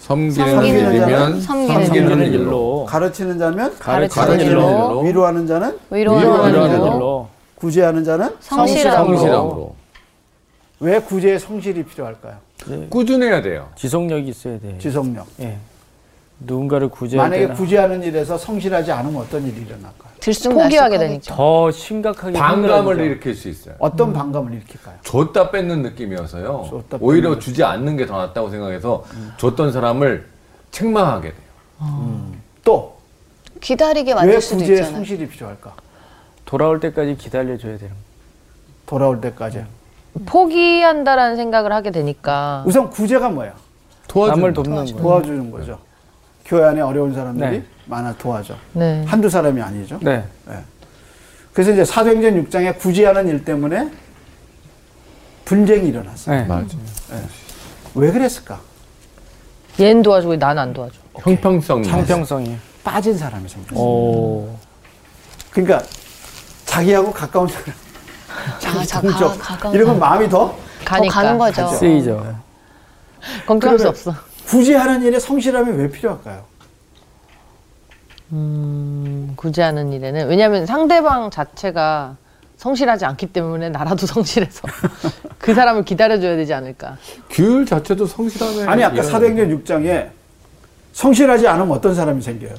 [SPEAKER 1] 섬기는
[SPEAKER 2] 섬기는
[SPEAKER 1] 일이면
[SPEAKER 2] 자는 섬기는
[SPEAKER 1] 섬기는 일로.
[SPEAKER 3] 일로
[SPEAKER 4] 가르치는 자면
[SPEAKER 2] 가르치는
[SPEAKER 1] 어. 가르치는
[SPEAKER 2] 일로.
[SPEAKER 1] 일로.
[SPEAKER 4] 위로하는 자는
[SPEAKER 2] 위로하는
[SPEAKER 3] 위로하는
[SPEAKER 2] 일로.
[SPEAKER 3] 일로
[SPEAKER 4] 구제하는 자는
[SPEAKER 2] 성실함으로.
[SPEAKER 1] 성실함으로.
[SPEAKER 4] 왜 구제의 성실이 필요할까요?
[SPEAKER 1] 꾸준해야 돼요.
[SPEAKER 3] 지속력이 있어야 돼.
[SPEAKER 4] 지속력.
[SPEAKER 3] 예. 누군가를 구제할
[SPEAKER 4] 만약에
[SPEAKER 3] 때나
[SPEAKER 4] 구제하는 일에서 성실하지 않으면 어떤 일이 일어날까요?
[SPEAKER 5] 포기하게
[SPEAKER 2] 들쑥날쑥하게
[SPEAKER 5] 되니까.
[SPEAKER 3] 더 심각하게
[SPEAKER 1] 반감을
[SPEAKER 3] 힘들어지죠.
[SPEAKER 1] 일으킬 수 있어요.
[SPEAKER 3] 음.
[SPEAKER 4] 어떤 반감을 일으킬까요?
[SPEAKER 1] 줬다 뺏는 음. 느낌이어서요.
[SPEAKER 4] 줬다
[SPEAKER 1] 오히려 주지 않는 게 더 낫다고 생각해서 줬던 사람을 책망하게 돼요.
[SPEAKER 4] 또,
[SPEAKER 2] 기다리게
[SPEAKER 4] 왜
[SPEAKER 2] 만들 수도
[SPEAKER 4] 구제의
[SPEAKER 2] 있잖아요.
[SPEAKER 4] 성실이 필요할까?
[SPEAKER 3] 돌아올 때까지 기다려줘야 되는 거예요.
[SPEAKER 4] 돌아올 때까지.
[SPEAKER 3] 네.
[SPEAKER 5] 포기한다라는 생각을 하게 되니까
[SPEAKER 4] 우선 구제가 뭐야?
[SPEAKER 1] 도와주는
[SPEAKER 3] 남을
[SPEAKER 1] 거죠.
[SPEAKER 3] 돕는 거예요.
[SPEAKER 4] 도와주는 거죠. 교회 안에 어려운 사람들이
[SPEAKER 3] 네.
[SPEAKER 4] 많아 도와줘.
[SPEAKER 5] 네.
[SPEAKER 4] 한두 사람이 아니죠.
[SPEAKER 3] 네.
[SPEAKER 4] 예. 그래서 이제 사도행전 6장에 구제하는 일 때문에 분쟁이 일어났어요.
[SPEAKER 3] 네.
[SPEAKER 1] 맞아.
[SPEAKER 4] 왜 그랬을까?
[SPEAKER 5] 얘는 도와주고 난 안 도와줘.
[SPEAKER 1] 형평성.
[SPEAKER 3] 창평성이에요. 음.
[SPEAKER 4] 빠진 사람이 생겼어.
[SPEAKER 3] 오.
[SPEAKER 4] 그러니까 자기하고 가까운 사람, 자기
[SPEAKER 2] 아, 자-
[SPEAKER 4] 동족
[SPEAKER 2] 가- 가까운
[SPEAKER 4] 이러면
[SPEAKER 2] 사람.
[SPEAKER 4] 마음이 더
[SPEAKER 2] 더
[SPEAKER 5] 가니까
[SPEAKER 2] 가는 거죠. 네.
[SPEAKER 3] 쓰이죠.
[SPEAKER 5] 걱정할 수
[SPEAKER 4] 그러면-
[SPEAKER 5] 없어.
[SPEAKER 4] 구제하는 일에 성실함이 왜 필요할까요?
[SPEAKER 5] 음, 구제하는 일에는 왜냐하면 상대방 자체가 성실하지 않기 때문에 나라도 성실해서 그 사람을 기다려줘야 되지 않을까.
[SPEAKER 1] 규율 자체도 성실함에
[SPEAKER 4] 아니
[SPEAKER 3] 예.
[SPEAKER 4] 아까
[SPEAKER 1] 이런-
[SPEAKER 4] 사도행전 6장에 성실하지 않으면 어떤 사람이 생겨요?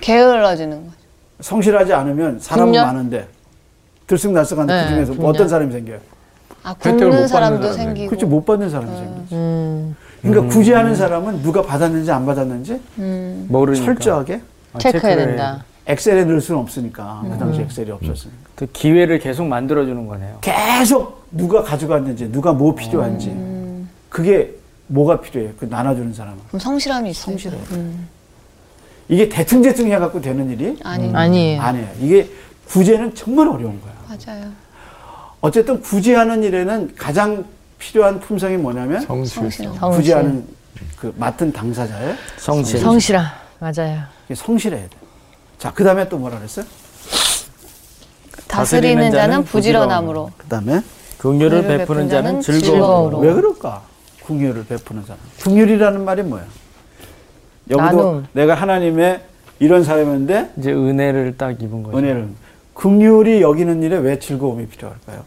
[SPEAKER 2] 게을러지는 거죠.
[SPEAKER 4] 성실하지 않으면 사람은
[SPEAKER 5] 분열?
[SPEAKER 4] 많은데 들쑥날쑥한
[SPEAKER 5] 네,
[SPEAKER 4] 그 중에서 뭐
[SPEAKER 5] 분열.
[SPEAKER 4] 어떤 사람이 생겨요?
[SPEAKER 2] 아,
[SPEAKER 1] 혜택을 못
[SPEAKER 2] 굶는
[SPEAKER 1] 받는
[SPEAKER 2] 사람도
[SPEAKER 1] 사람들.
[SPEAKER 2] 생기고.
[SPEAKER 4] 그렇지 못 받는
[SPEAKER 5] 음,
[SPEAKER 4] 사람이 생기죠. 그러니까
[SPEAKER 3] 음.
[SPEAKER 4] 구제하는 사람은 누가 받았는지 안 받았는지
[SPEAKER 3] 모르니까.
[SPEAKER 4] 철저하게
[SPEAKER 3] 아,
[SPEAKER 5] 체크해야
[SPEAKER 3] 체크를
[SPEAKER 5] 된다.
[SPEAKER 4] 엑셀에 넣을 수는 없으니까
[SPEAKER 5] 음.
[SPEAKER 4] 그 당시
[SPEAKER 3] 음.
[SPEAKER 4] 엑셀이 없었으니까
[SPEAKER 3] 또그 기회를 계속 만들어주는 거네요.
[SPEAKER 4] 계속 누가 가져갔는지 누가 뭐 필요한지
[SPEAKER 5] 음.
[SPEAKER 4] 그게 뭐가 필요해요? 그 나눠주는 사람은
[SPEAKER 2] 그럼 성실함이 있어요. 음. 성실함.
[SPEAKER 4] 이게 대충대충 해갖고 되는 일이
[SPEAKER 2] 아니,
[SPEAKER 5] 아니에요.
[SPEAKER 4] 아니에요. 이게 구제는 정말 어려운 거야.
[SPEAKER 2] 맞아요.
[SPEAKER 4] 어쨌든 구제하는 일에는 가장 필요한 품성이 뭐냐면
[SPEAKER 1] 성실성.
[SPEAKER 2] 성실함.
[SPEAKER 5] 성실.
[SPEAKER 4] 구제하는 그 맡은 당사자의
[SPEAKER 3] 성실.
[SPEAKER 5] 성실함 맞아요.
[SPEAKER 4] 이게 성실해야 돼. 자, 그 다음에 또 뭐라 그랬어요?
[SPEAKER 2] 다스리는 자는 부지런함으로.
[SPEAKER 4] 그 다음에
[SPEAKER 3] 긍휼을
[SPEAKER 2] 긍휼을
[SPEAKER 3] 베푸는 자는
[SPEAKER 2] 베푼 자는
[SPEAKER 3] 즐거움으로.
[SPEAKER 2] 즐거움으로.
[SPEAKER 4] 왜 그럴까? 궁휼을 베푸는 사람. 궁휼이라는 말이 뭐야? 여기도
[SPEAKER 5] 나눔.
[SPEAKER 4] 내가 하나님의 이런 사람인데
[SPEAKER 3] 이제 은혜를 딱 입은 거죠.
[SPEAKER 4] 은혜를. 궁휼이 여기는 일에 왜 즐거움이 필요할까요?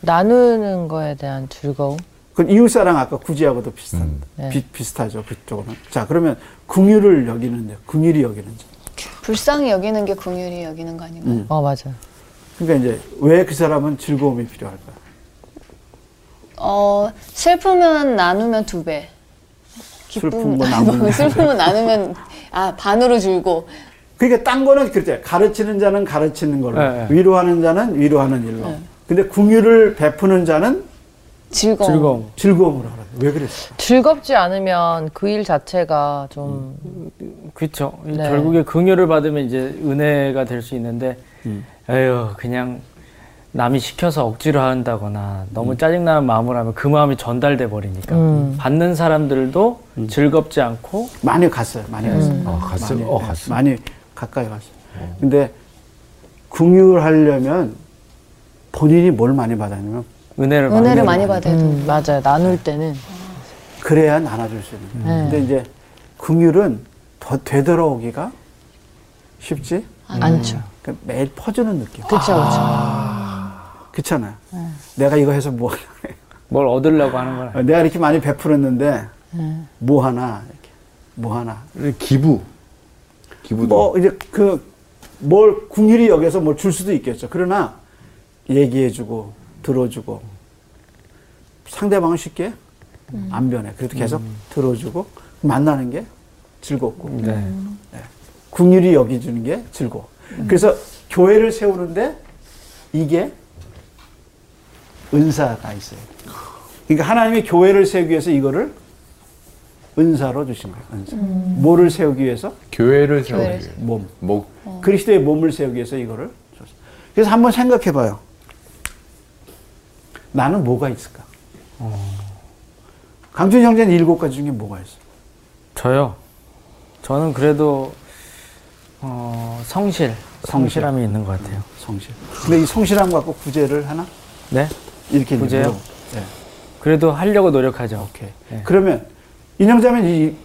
[SPEAKER 5] 나누는 거에 대한 즐거움.
[SPEAKER 4] 그 이웃사랑 아까 구제하고도 비슷한,
[SPEAKER 5] 네.
[SPEAKER 4] 비, 비슷하죠. 그쪽은. 자, 그러면 궁휼을 여기는데, 궁휼이 여기는지.
[SPEAKER 2] 불쌍히 여기는 게 긍휼히 여기는 거 아닌가요?
[SPEAKER 5] 어 맞아.
[SPEAKER 4] 그러니까 이제 왜 그 사람은 즐거움이 필요할까?
[SPEAKER 2] 어, 슬프면 나누면 두 배.
[SPEAKER 4] 슬픈 거
[SPEAKER 2] 아,
[SPEAKER 4] 나누면
[SPEAKER 2] 뭐, 슬픔은 나누면 아 반으로 줄고
[SPEAKER 4] 그러니까 딴 거는 그렇죠. 가르치는 자는 가르치는 걸로,
[SPEAKER 3] 네, 네.
[SPEAKER 4] 위로하는 자는 위로하는 일로. 근데 궁휼을 베푸는 자는
[SPEAKER 2] 즐거움.
[SPEAKER 3] 즐거움.
[SPEAKER 4] 즐거움으로 하라. 왜 그랬어?
[SPEAKER 5] 즐겁지 않으면 그 일 자체가 좀
[SPEAKER 3] 그렇죠. 이
[SPEAKER 5] 네.
[SPEAKER 3] 결국에 긍휼을 받으면 이제 은혜가 될 수 있는데
[SPEAKER 2] 음.
[SPEAKER 3] 에휴 그냥 남이 시켜서 억지로 한다거나 너무 짜증나는 마음을 하면 그 마음이 전달돼 버리니까
[SPEAKER 2] 음.
[SPEAKER 3] 받는 사람들도 즐겁지 않고
[SPEAKER 4] 많이 갔어요. 많이 갔어요.
[SPEAKER 1] 아, 갔어요?
[SPEAKER 4] 많이,
[SPEAKER 1] 어,
[SPEAKER 4] 네,
[SPEAKER 1] 갔어요?
[SPEAKER 4] 많이 가까이 갔어요. 근데 궁휼하려면 본인이 뭘 많이 받았냐면
[SPEAKER 3] 은혜를
[SPEAKER 2] 은혜를
[SPEAKER 3] 받는
[SPEAKER 4] 은혜를
[SPEAKER 2] 많이
[SPEAKER 4] 많이
[SPEAKER 2] 받아야 돼요.
[SPEAKER 5] 음, 맞아요. 나눌 때는
[SPEAKER 4] 그래야 나눠줄 수 있는 거예요. 근데 이제 궁휼은 더 되돌아오기가 쉽지
[SPEAKER 5] 안죠.
[SPEAKER 4] 그러니까 매일 퍼주는 느낌.
[SPEAKER 5] 그렇죠, 그렇죠.
[SPEAKER 4] 그렇잖아요. 내가 이거 해서 뭐 하나.
[SPEAKER 3] 뭘 얻으려고 하는 거라.
[SPEAKER 2] 음.
[SPEAKER 4] 어, 내가 이렇게 많이 베풀었는데 뭐 하나 이렇게 뭐 하나
[SPEAKER 1] 기부. 기부도.
[SPEAKER 4] 뭐 이제 그 뭘 궁일이 여기서 뭘 줄 수도 있겠죠. 그러나 얘기해주고 들어주고 상대방은 쉽게 안 변해. 그래도 계속 들어주고 만나는 게 즐겁고
[SPEAKER 3] 네.
[SPEAKER 2] 음.
[SPEAKER 4] 궁일이 여기주는 게 즐거워. 그래서 교회를 세우는데 이게 은사가 있어요. 그러니까 하나님이 교회를 세우기 위해서 이거를 은사로 주신 거예요. 은사. 뭐를 세우기 위해서?
[SPEAKER 1] 교회를 세우기 뭐, 위해.
[SPEAKER 4] 몸.
[SPEAKER 1] 목.
[SPEAKER 4] 그리스도의 몸을 세우기 위해서 이거를 줬어요. 그래서 한번 생각해 봐요. 나는 뭐가 있을까?
[SPEAKER 3] 어.
[SPEAKER 4] 강준 형제는 일곱 가지 중에 뭐가 있어?
[SPEAKER 3] 저요. 저는 그래도 어, 성실, 성실함이 있는 것 같아요.
[SPEAKER 4] 성실. 근데 이 성실함 갖고 구제를 하나?
[SPEAKER 3] 네.
[SPEAKER 4] 이렇게 있는
[SPEAKER 3] 구제요?
[SPEAKER 4] 거예요. 네.
[SPEAKER 3] 그래도 하려고 노력하죠.
[SPEAKER 4] 오케이.
[SPEAKER 3] 네.
[SPEAKER 4] 그러면 인형자면 이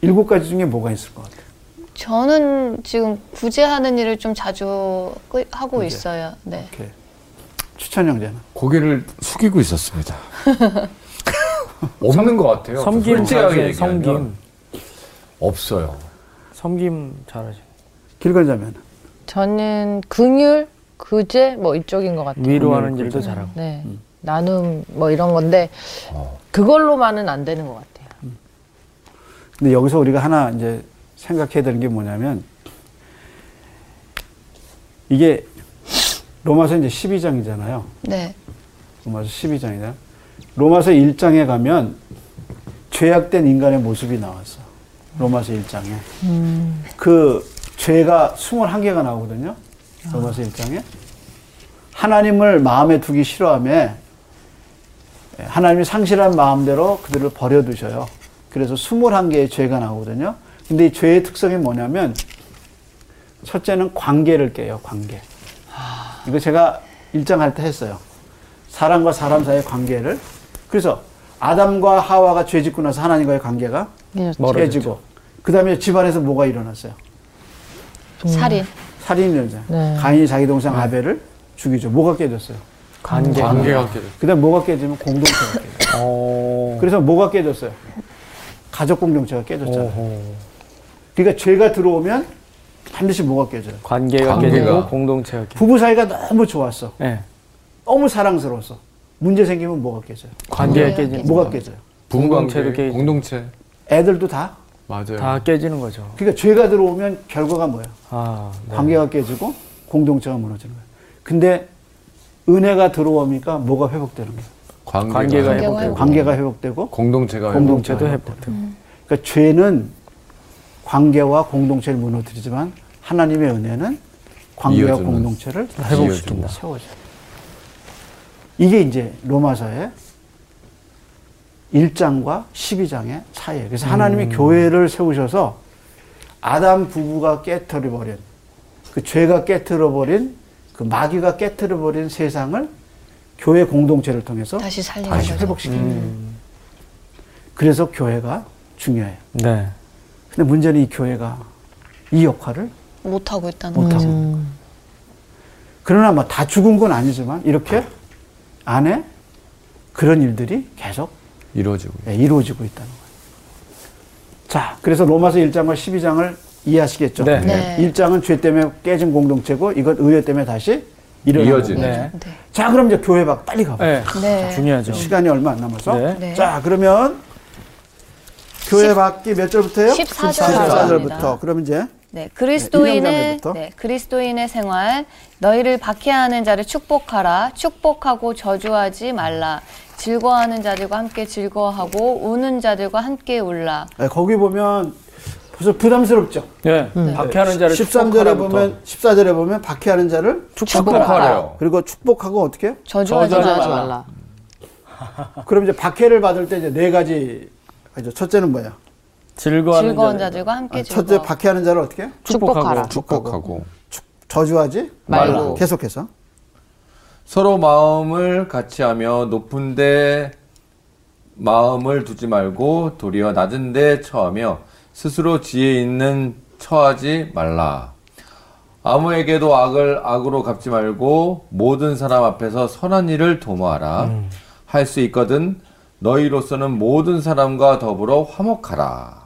[SPEAKER 4] 일곱 가지 중에 뭐가 있을 것 같아요?
[SPEAKER 2] 저는 지금 구제하는 일을 좀 자주 끄- 하고 있어요. 네.
[SPEAKER 4] 이렇게 추천 형제는
[SPEAKER 1] 고개를 숙이고 있었습니다. 없는 것 같아요.
[SPEAKER 3] 섬김
[SPEAKER 1] 솔직하게
[SPEAKER 3] 잘하세요.
[SPEAKER 1] 얘기하면
[SPEAKER 3] 섬김.
[SPEAKER 1] 없어요.
[SPEAKER 3] 섬김 잘하죠.
[SPEAKER 4] 길건자면
[SPEAKER 5] 저는 긍율, 구제 뭐 이쪽인 것
[SPEAKER 2] 음.
[SPEAKER 5] 같아요.
[SPEAKER 3] 위로하는 일도
[SPEAKER 2] 그렇죠.
[SPEAKER 3] 잘하고.
[SPEAKER 5] 네. 나눔 뭐 이런 건데 그걸로만은 안 되는 것 같아요.
[SPEAKER 4] 근데 여기서 우리가 하나 이제 생각해야 되는 게 뭐냐면 이게 로마서 이제 12장이잖아요.
[SPEAKER 2] 네.
[SPEAKER 4] 로마서 12장이다. 로마서 1장에 가면 죄악된 인간의 모습이 나왔어. 로마서 1장에. 그 죄가 21개가 나오거든요. 로마서 1장에. 하나님을 마음에 두기 싫어하며 하나님이 상실한 마음대로 그들을 버려두셔요. 그래서 21개의 죄가 나오거든요. 근데 이 죄의 특성이 뭐냐면 첫째는 관계를 깨요, 관계. 이거 제가 일장 할 때 했어요. 사람과 사람 사이의 관계를. 그래서 아담과 하와가 죄 짓고 나서 하나님과의 관계가
[SPEAKER 5] 깨졌죠.
[SPEAKER 4] 깨지고, 그 다음에 집안에서 뭐가 일어났어요? 음.
[SPEAKER 2] 살인.
[SPEAKER 4] 살인이 일어났어요.
[SPEAKER 5] 네.
[SPEAKER 4] 가인이 자기 동생 아벨을 죽이죠. 뭐가 깨졌어요?
[SPEAKER 3] 관계.
[SPEAKER 1] 관계가
[SPEAKER 3] 네.
[SPEAKER 1] 깨져.
[SPEAKER 4] 그 다음에 뭐가 깨지면 공동체가 깨져요.
[SPEAKER 3] 어.
[SPEAKER 4] 그래서 뭐가 깨졌어요? 가족 공동체가 깨졌잖아요.
[SPEAKER 3] 오호.
[SPEAKER 4] 그러니까 죄가 들어오면 반드시 뭐가 깨져요?
[SPEAKER 3] 관계가,
[SPEAKER 1] 관계가.
[SPEAKER 3] 깨지고 공동체가 깨.
[SPEAKER 4] 부부 사이가 너무 좋았어.
[SPEAKER 3] 예.
[SPEAKER 4] 너무 사랑스러웠어. 문제 생기면 뭐가 깨져요?
[SPEAKER 3] 관계가
[SPEAKER 2] 관계가
[SPEAKER 3] 깨지는.
[SPEAKER 4] 뭐가 깨져요?
[SPEAKER 3] 공동체도
[SPEAKER 1] 부부관계,
[SPEAKER 3] 깨지죠.
[SPEAKER 1] 공동체.
[SPEAKER 4] 애들도 다?
[SPEAKER 1] 맞아요.
[SPEAKER 3] 다 깨지는 거죠.
[SPEAKER 4] 그러니까 죄가 들어오면 결과가 뭐예요?
[SPEAKER 3] 아. 네.
[SPEAKER 4] 관계가 깨지고 공동체가 무너지는 거예요. 근데 은혜가 들어오니까 뭐가 회복되는 거예요?
[SPEAKER 1] 관계가,
[SPEAKER 3] 관계가
[SPEAKER 1] 회복-
[SPEAKER 2] 회복.
[SPEAKER 4] 관계가 회복되고
[SPEAKER 1] 공동체가 회복.
[SPEAKER 4] 공동체도
[SPEAKER 3] 공동체도
[SPEAKER 4] 회복.
[SPEAKER 3] 해보고.
[SPEAKER 4] 그러니까 죄는 관계와 공동체를 무너뜨리지만 하나님의 은혜는 관계와
[SPEAKER 1] 이어주는,
[SPEAKER 4] 공동체를
[SPEAKER 1] 회복시킨다.
[SPEAKER 4] 세워줘. 이게 이제 로마서의 1장과 12장의 차이예요. 그래서 하나님이
[SPEAKER 1] 음.
[SPEAKER 4] 교회를 세우셔서 아담 부부가 깨뜨려 버린 그 죄가 깨뜨려 버린 그 마귀가 깨뜨려 버린 세상을 교회 공동체를 통해서
[SPEAKER 2] 다시 살리는
[SPEAKER 4] 다시
[SPEAKER 2] 거죠.
[SPEAKER 4] 회복시키는 거예요.
[SPEAKER 1] 음.
[SPEAKER 4] 그래서 교회가 중요해요.
[SPEAKER 3] 네.
[SPEAKER 4] 근데 문제는 이 교회가 이 역할을
[SPEAKER 2] 못 하고 있다는
[SPEAKER 4] 못하고
[SPEAKER 2] 거죠.
[SPEAKER 4] 있는
[SPEAKER 1] 음.
[SPEAKER 4] 거예요. 그러나 뭐 다 죽은 건 아니지만 이렇게 안에 그런 일들이 계속
[SPEAKER 1] 이루어지고.
[SPEAKER 4] 예, 이루어지고 있다는 거예요. 자, 그래서 로마서 1장과 12장을 이해하시겠죠?
[SPEAKER 3] 네.
[SPEAKER 2] 네.
[SPEAKER 4] 1장은 죄 때문에 깨진 공동체고 이건 의뢰 때문에 다시 일어나는
[SPEAKER 1] 이어지는.
[SPEAKER 4] 거예요.
[SPEAKER 3] 네.
[SPEAKER 2] 네.
[SPEAKER 4] 자, 그럼 이제 교회 박 빨리 가봐요.
[SPEAKER 3] 네.
[SPEAKER 2] 네.
[SPEAKER 3] 중요하죠.
[SPEAKER 4] 시간이 얼마 안 남아서.
[SPEAKER 3] 네.
[SPEAKER 2] 네.
[SPEAKER 4] 자, 그러면 교회
[SPEAKER 2] 십-
[SPEAKER 4] 밖에 몇 절부터요?
[SPEAKER 2] 14
[SPEAKER 4] 부터. 그럼 이제
[SPEAKER 2] 네,
[SPEAKER 4] 네,
[SPEAKER 2] 그리스도인의
[SPEAKER 4] 일년 전에부터.
[SPEAKER 2] 네, 그리스도인의 생활 너희를 박해하는 자를 축복하라 축복하고 저주하지 말라 즐거워하는 자들과 함께 즐거워하고 우는 자들과 함께 울라
[SPEAKER 4] 네, 거기 보면 벌써 부담스럽죠.
[SPEAKER 3] 예. 박해하는 자를
[SPEAKER 4] 13절에
[SPEAKER 3] 축복하라부터.
[SPEAKER 4] 보면 14절에 보면 박해하는 자를
[SPEAKER 1] 축복하래요.
[SPEAKER 3] 어.
[SPEAKER 4] 그리고 축복하고 어떻게? 해요?
[SPEAKER 2] 저주하지
[SPEAKER 3] 저주하지
[SPEAKER 2] 말라.
[SPEAKER 5] 하지 말라.
[SPEAKER 4] 그럼 이제 박해를 받을 때 이제 네 가지 가죠. 첫째는 뭐야?
[SPEAKER 3] 즐거워하는
[SPEAKER 2] 즐거운
[SPEAKER 3] 자를
[SPEAKER 2] 자들과 함께
[SPEAKER 4] 아, 첫째
[SPEAKER 2] 즐거워
[SPEAKER 4] 박해하는 자를 어떻게? 해요?
[SPEAKER 5] 축복하라.
[SPEAKER 1] 축복하고.
[SPEAKER 4] 저주하지
[SPEAKER 5] 말라.
[SPEAKER 4] 계속해서.
[SPEAKER 1] 서로 마음을 같이 하며 높은데 마음을 두지 말고 도리어 낮은데 처하며 스스로 지혜 있는 처하지 말라. 아무에게도 악을 악으로 갚지 말고 모든 사람 앞에서 선한 일을 도모하라. 할 수 있거든 너희로서는 모든 사람과 더불어 화목하라.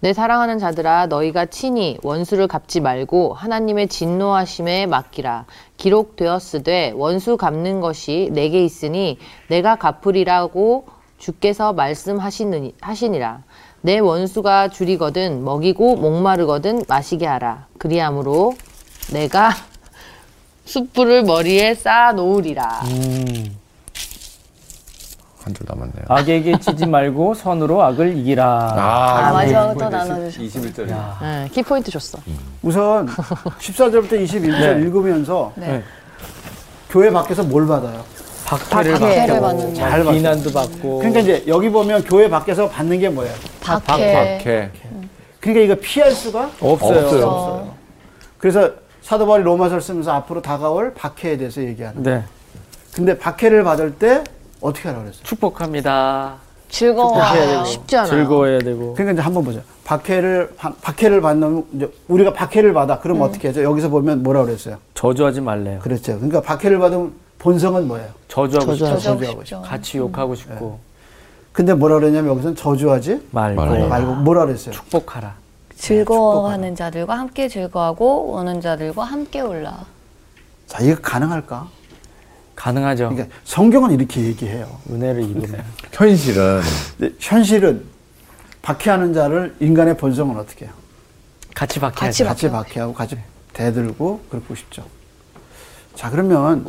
[SPEAKER 5] 내 사랑하는 자들아 너희가 친히 원수를 갚지 말고 하나님의 진노하심에 맡기라 기록되었으되 원수 갚는 것이 내게 있으니 내가 갚으리라고 주께서 말씀하시느니 하시니라 내 원수가 줄이거든 먹이고 목마르거든 마시게 하라 그리함으로 내가 숯불을 머리에 쌓아 놓으리라
[SPEAKER 1] 한 줄 남았네요.
[SPEAKER 3] 음. 악에게 치지 말고 선으로 악을 이기라.
[SPEAKER 2] 아, 맞아.
[SPEAKER 4] 음.
[SPEAKER 2] 또
[SPEAKER 1] 21절이.
[SPEAKER 5] 네, 키포인트 줬어
[SPEAKER 4] 우선 14절부터 21절
[SPEAKER 3] 네.
[SPEAKER 4] 읽으면서
[SPEAKER 2] 네.
[SPEAKER 4] 교회 밖에서 뭘 받아요?
[SPEAKER 3] 박해를,
[SPEAKER 2] 박해를
[SPEAKER 3] 받고
[SPEAKER 2] 받는
[SPEAKER 4] 잘 받죠.
[SPEAKER 3] 네. 비난도 받고.
[SPEAKER 4] 그러니까 이제 여기 보면 교회 밖에서 받는 게 뭐예요?
[SPEAKER 2] 박해
[SPEAKER 1] 박해.
[SPEAKER 4] 그러니까 이거 피할 수가
[SPEAKER 3] 없어요.
[SPEAKER 1] 없어요.
[SPEAKER 2] 어,
[SPEAKER 4] 그래서 사도 바울이 로마서를 쓰면서 앞으로 다가올 박해에 대해서 얘기하는.
[SPEAKER 3] 네.
[SPEAKER 4] 근데 박해를 받을 때 어떻게 하라고 그랬어요?
[SPEAKER 3] 축복합니다.
[SPEAKER 2] 즐거워하여
[SPEAKER 5] 쉽지 않아요
[SPEAKER 3] 즐거워야 되고.
[SPEAKER 4] 그러니까 이제 한번 보자. 박해를 바- 박해를 받는 이제 우리가 박해를 받아. 그럼 어떻게 하죠? 여기서 보면 뭐라 그랬어요?
[SPEAKER 3] 저주하지 말래요.
[SPEAKER 4] 그랬죠. 그러니까 박해를 받으면 본성은 뭐예요?
[SPEAKER 3] 저주하고 싶고.
[SPEAKER 2] 저주하고
[SPEAKER 4] 저주하고
[SPEAKER 2] 싶죠.
[SPEAKER 3] 같이 욕하고 싶고.
[SPEAKER 4] 근데 뭐라 그랬냐면 여기서는 저주하지
[SPEAKER 3] 말고. 네.
[SPEAKER 1] 말고.
[SPEAKER 4] 말고 뭐라 그랬어요?
[SPEAKER 3] 축복하라.
[SPEAKER 2] 즐거워하는 자들과 함께 즐거워하고 우는 자들과 함께 울라
[SPEAKER 4] 자, 이거 가능할까?
[SPEAKER 3] 가능하죠. 네.
[SPEAKER 4] 그러니까 성경은 이렇게 얘기해요.
[SPEAKER 1] 네.
[SPEAKER 3] 은혜를 입으면.
[SPEAKER 1] 현실은
[SPEAKER 4] 근데 현실은 박해하는 자를 인간의 본성은 어떻게 해요?
[SPEAKER 3] 같이 박해하죠.
[SPEAKER 2] 같이 박-
[SPEAKER 4] 같이 박해하고 같이 대들고 그렇고 싶죠. 자 그러면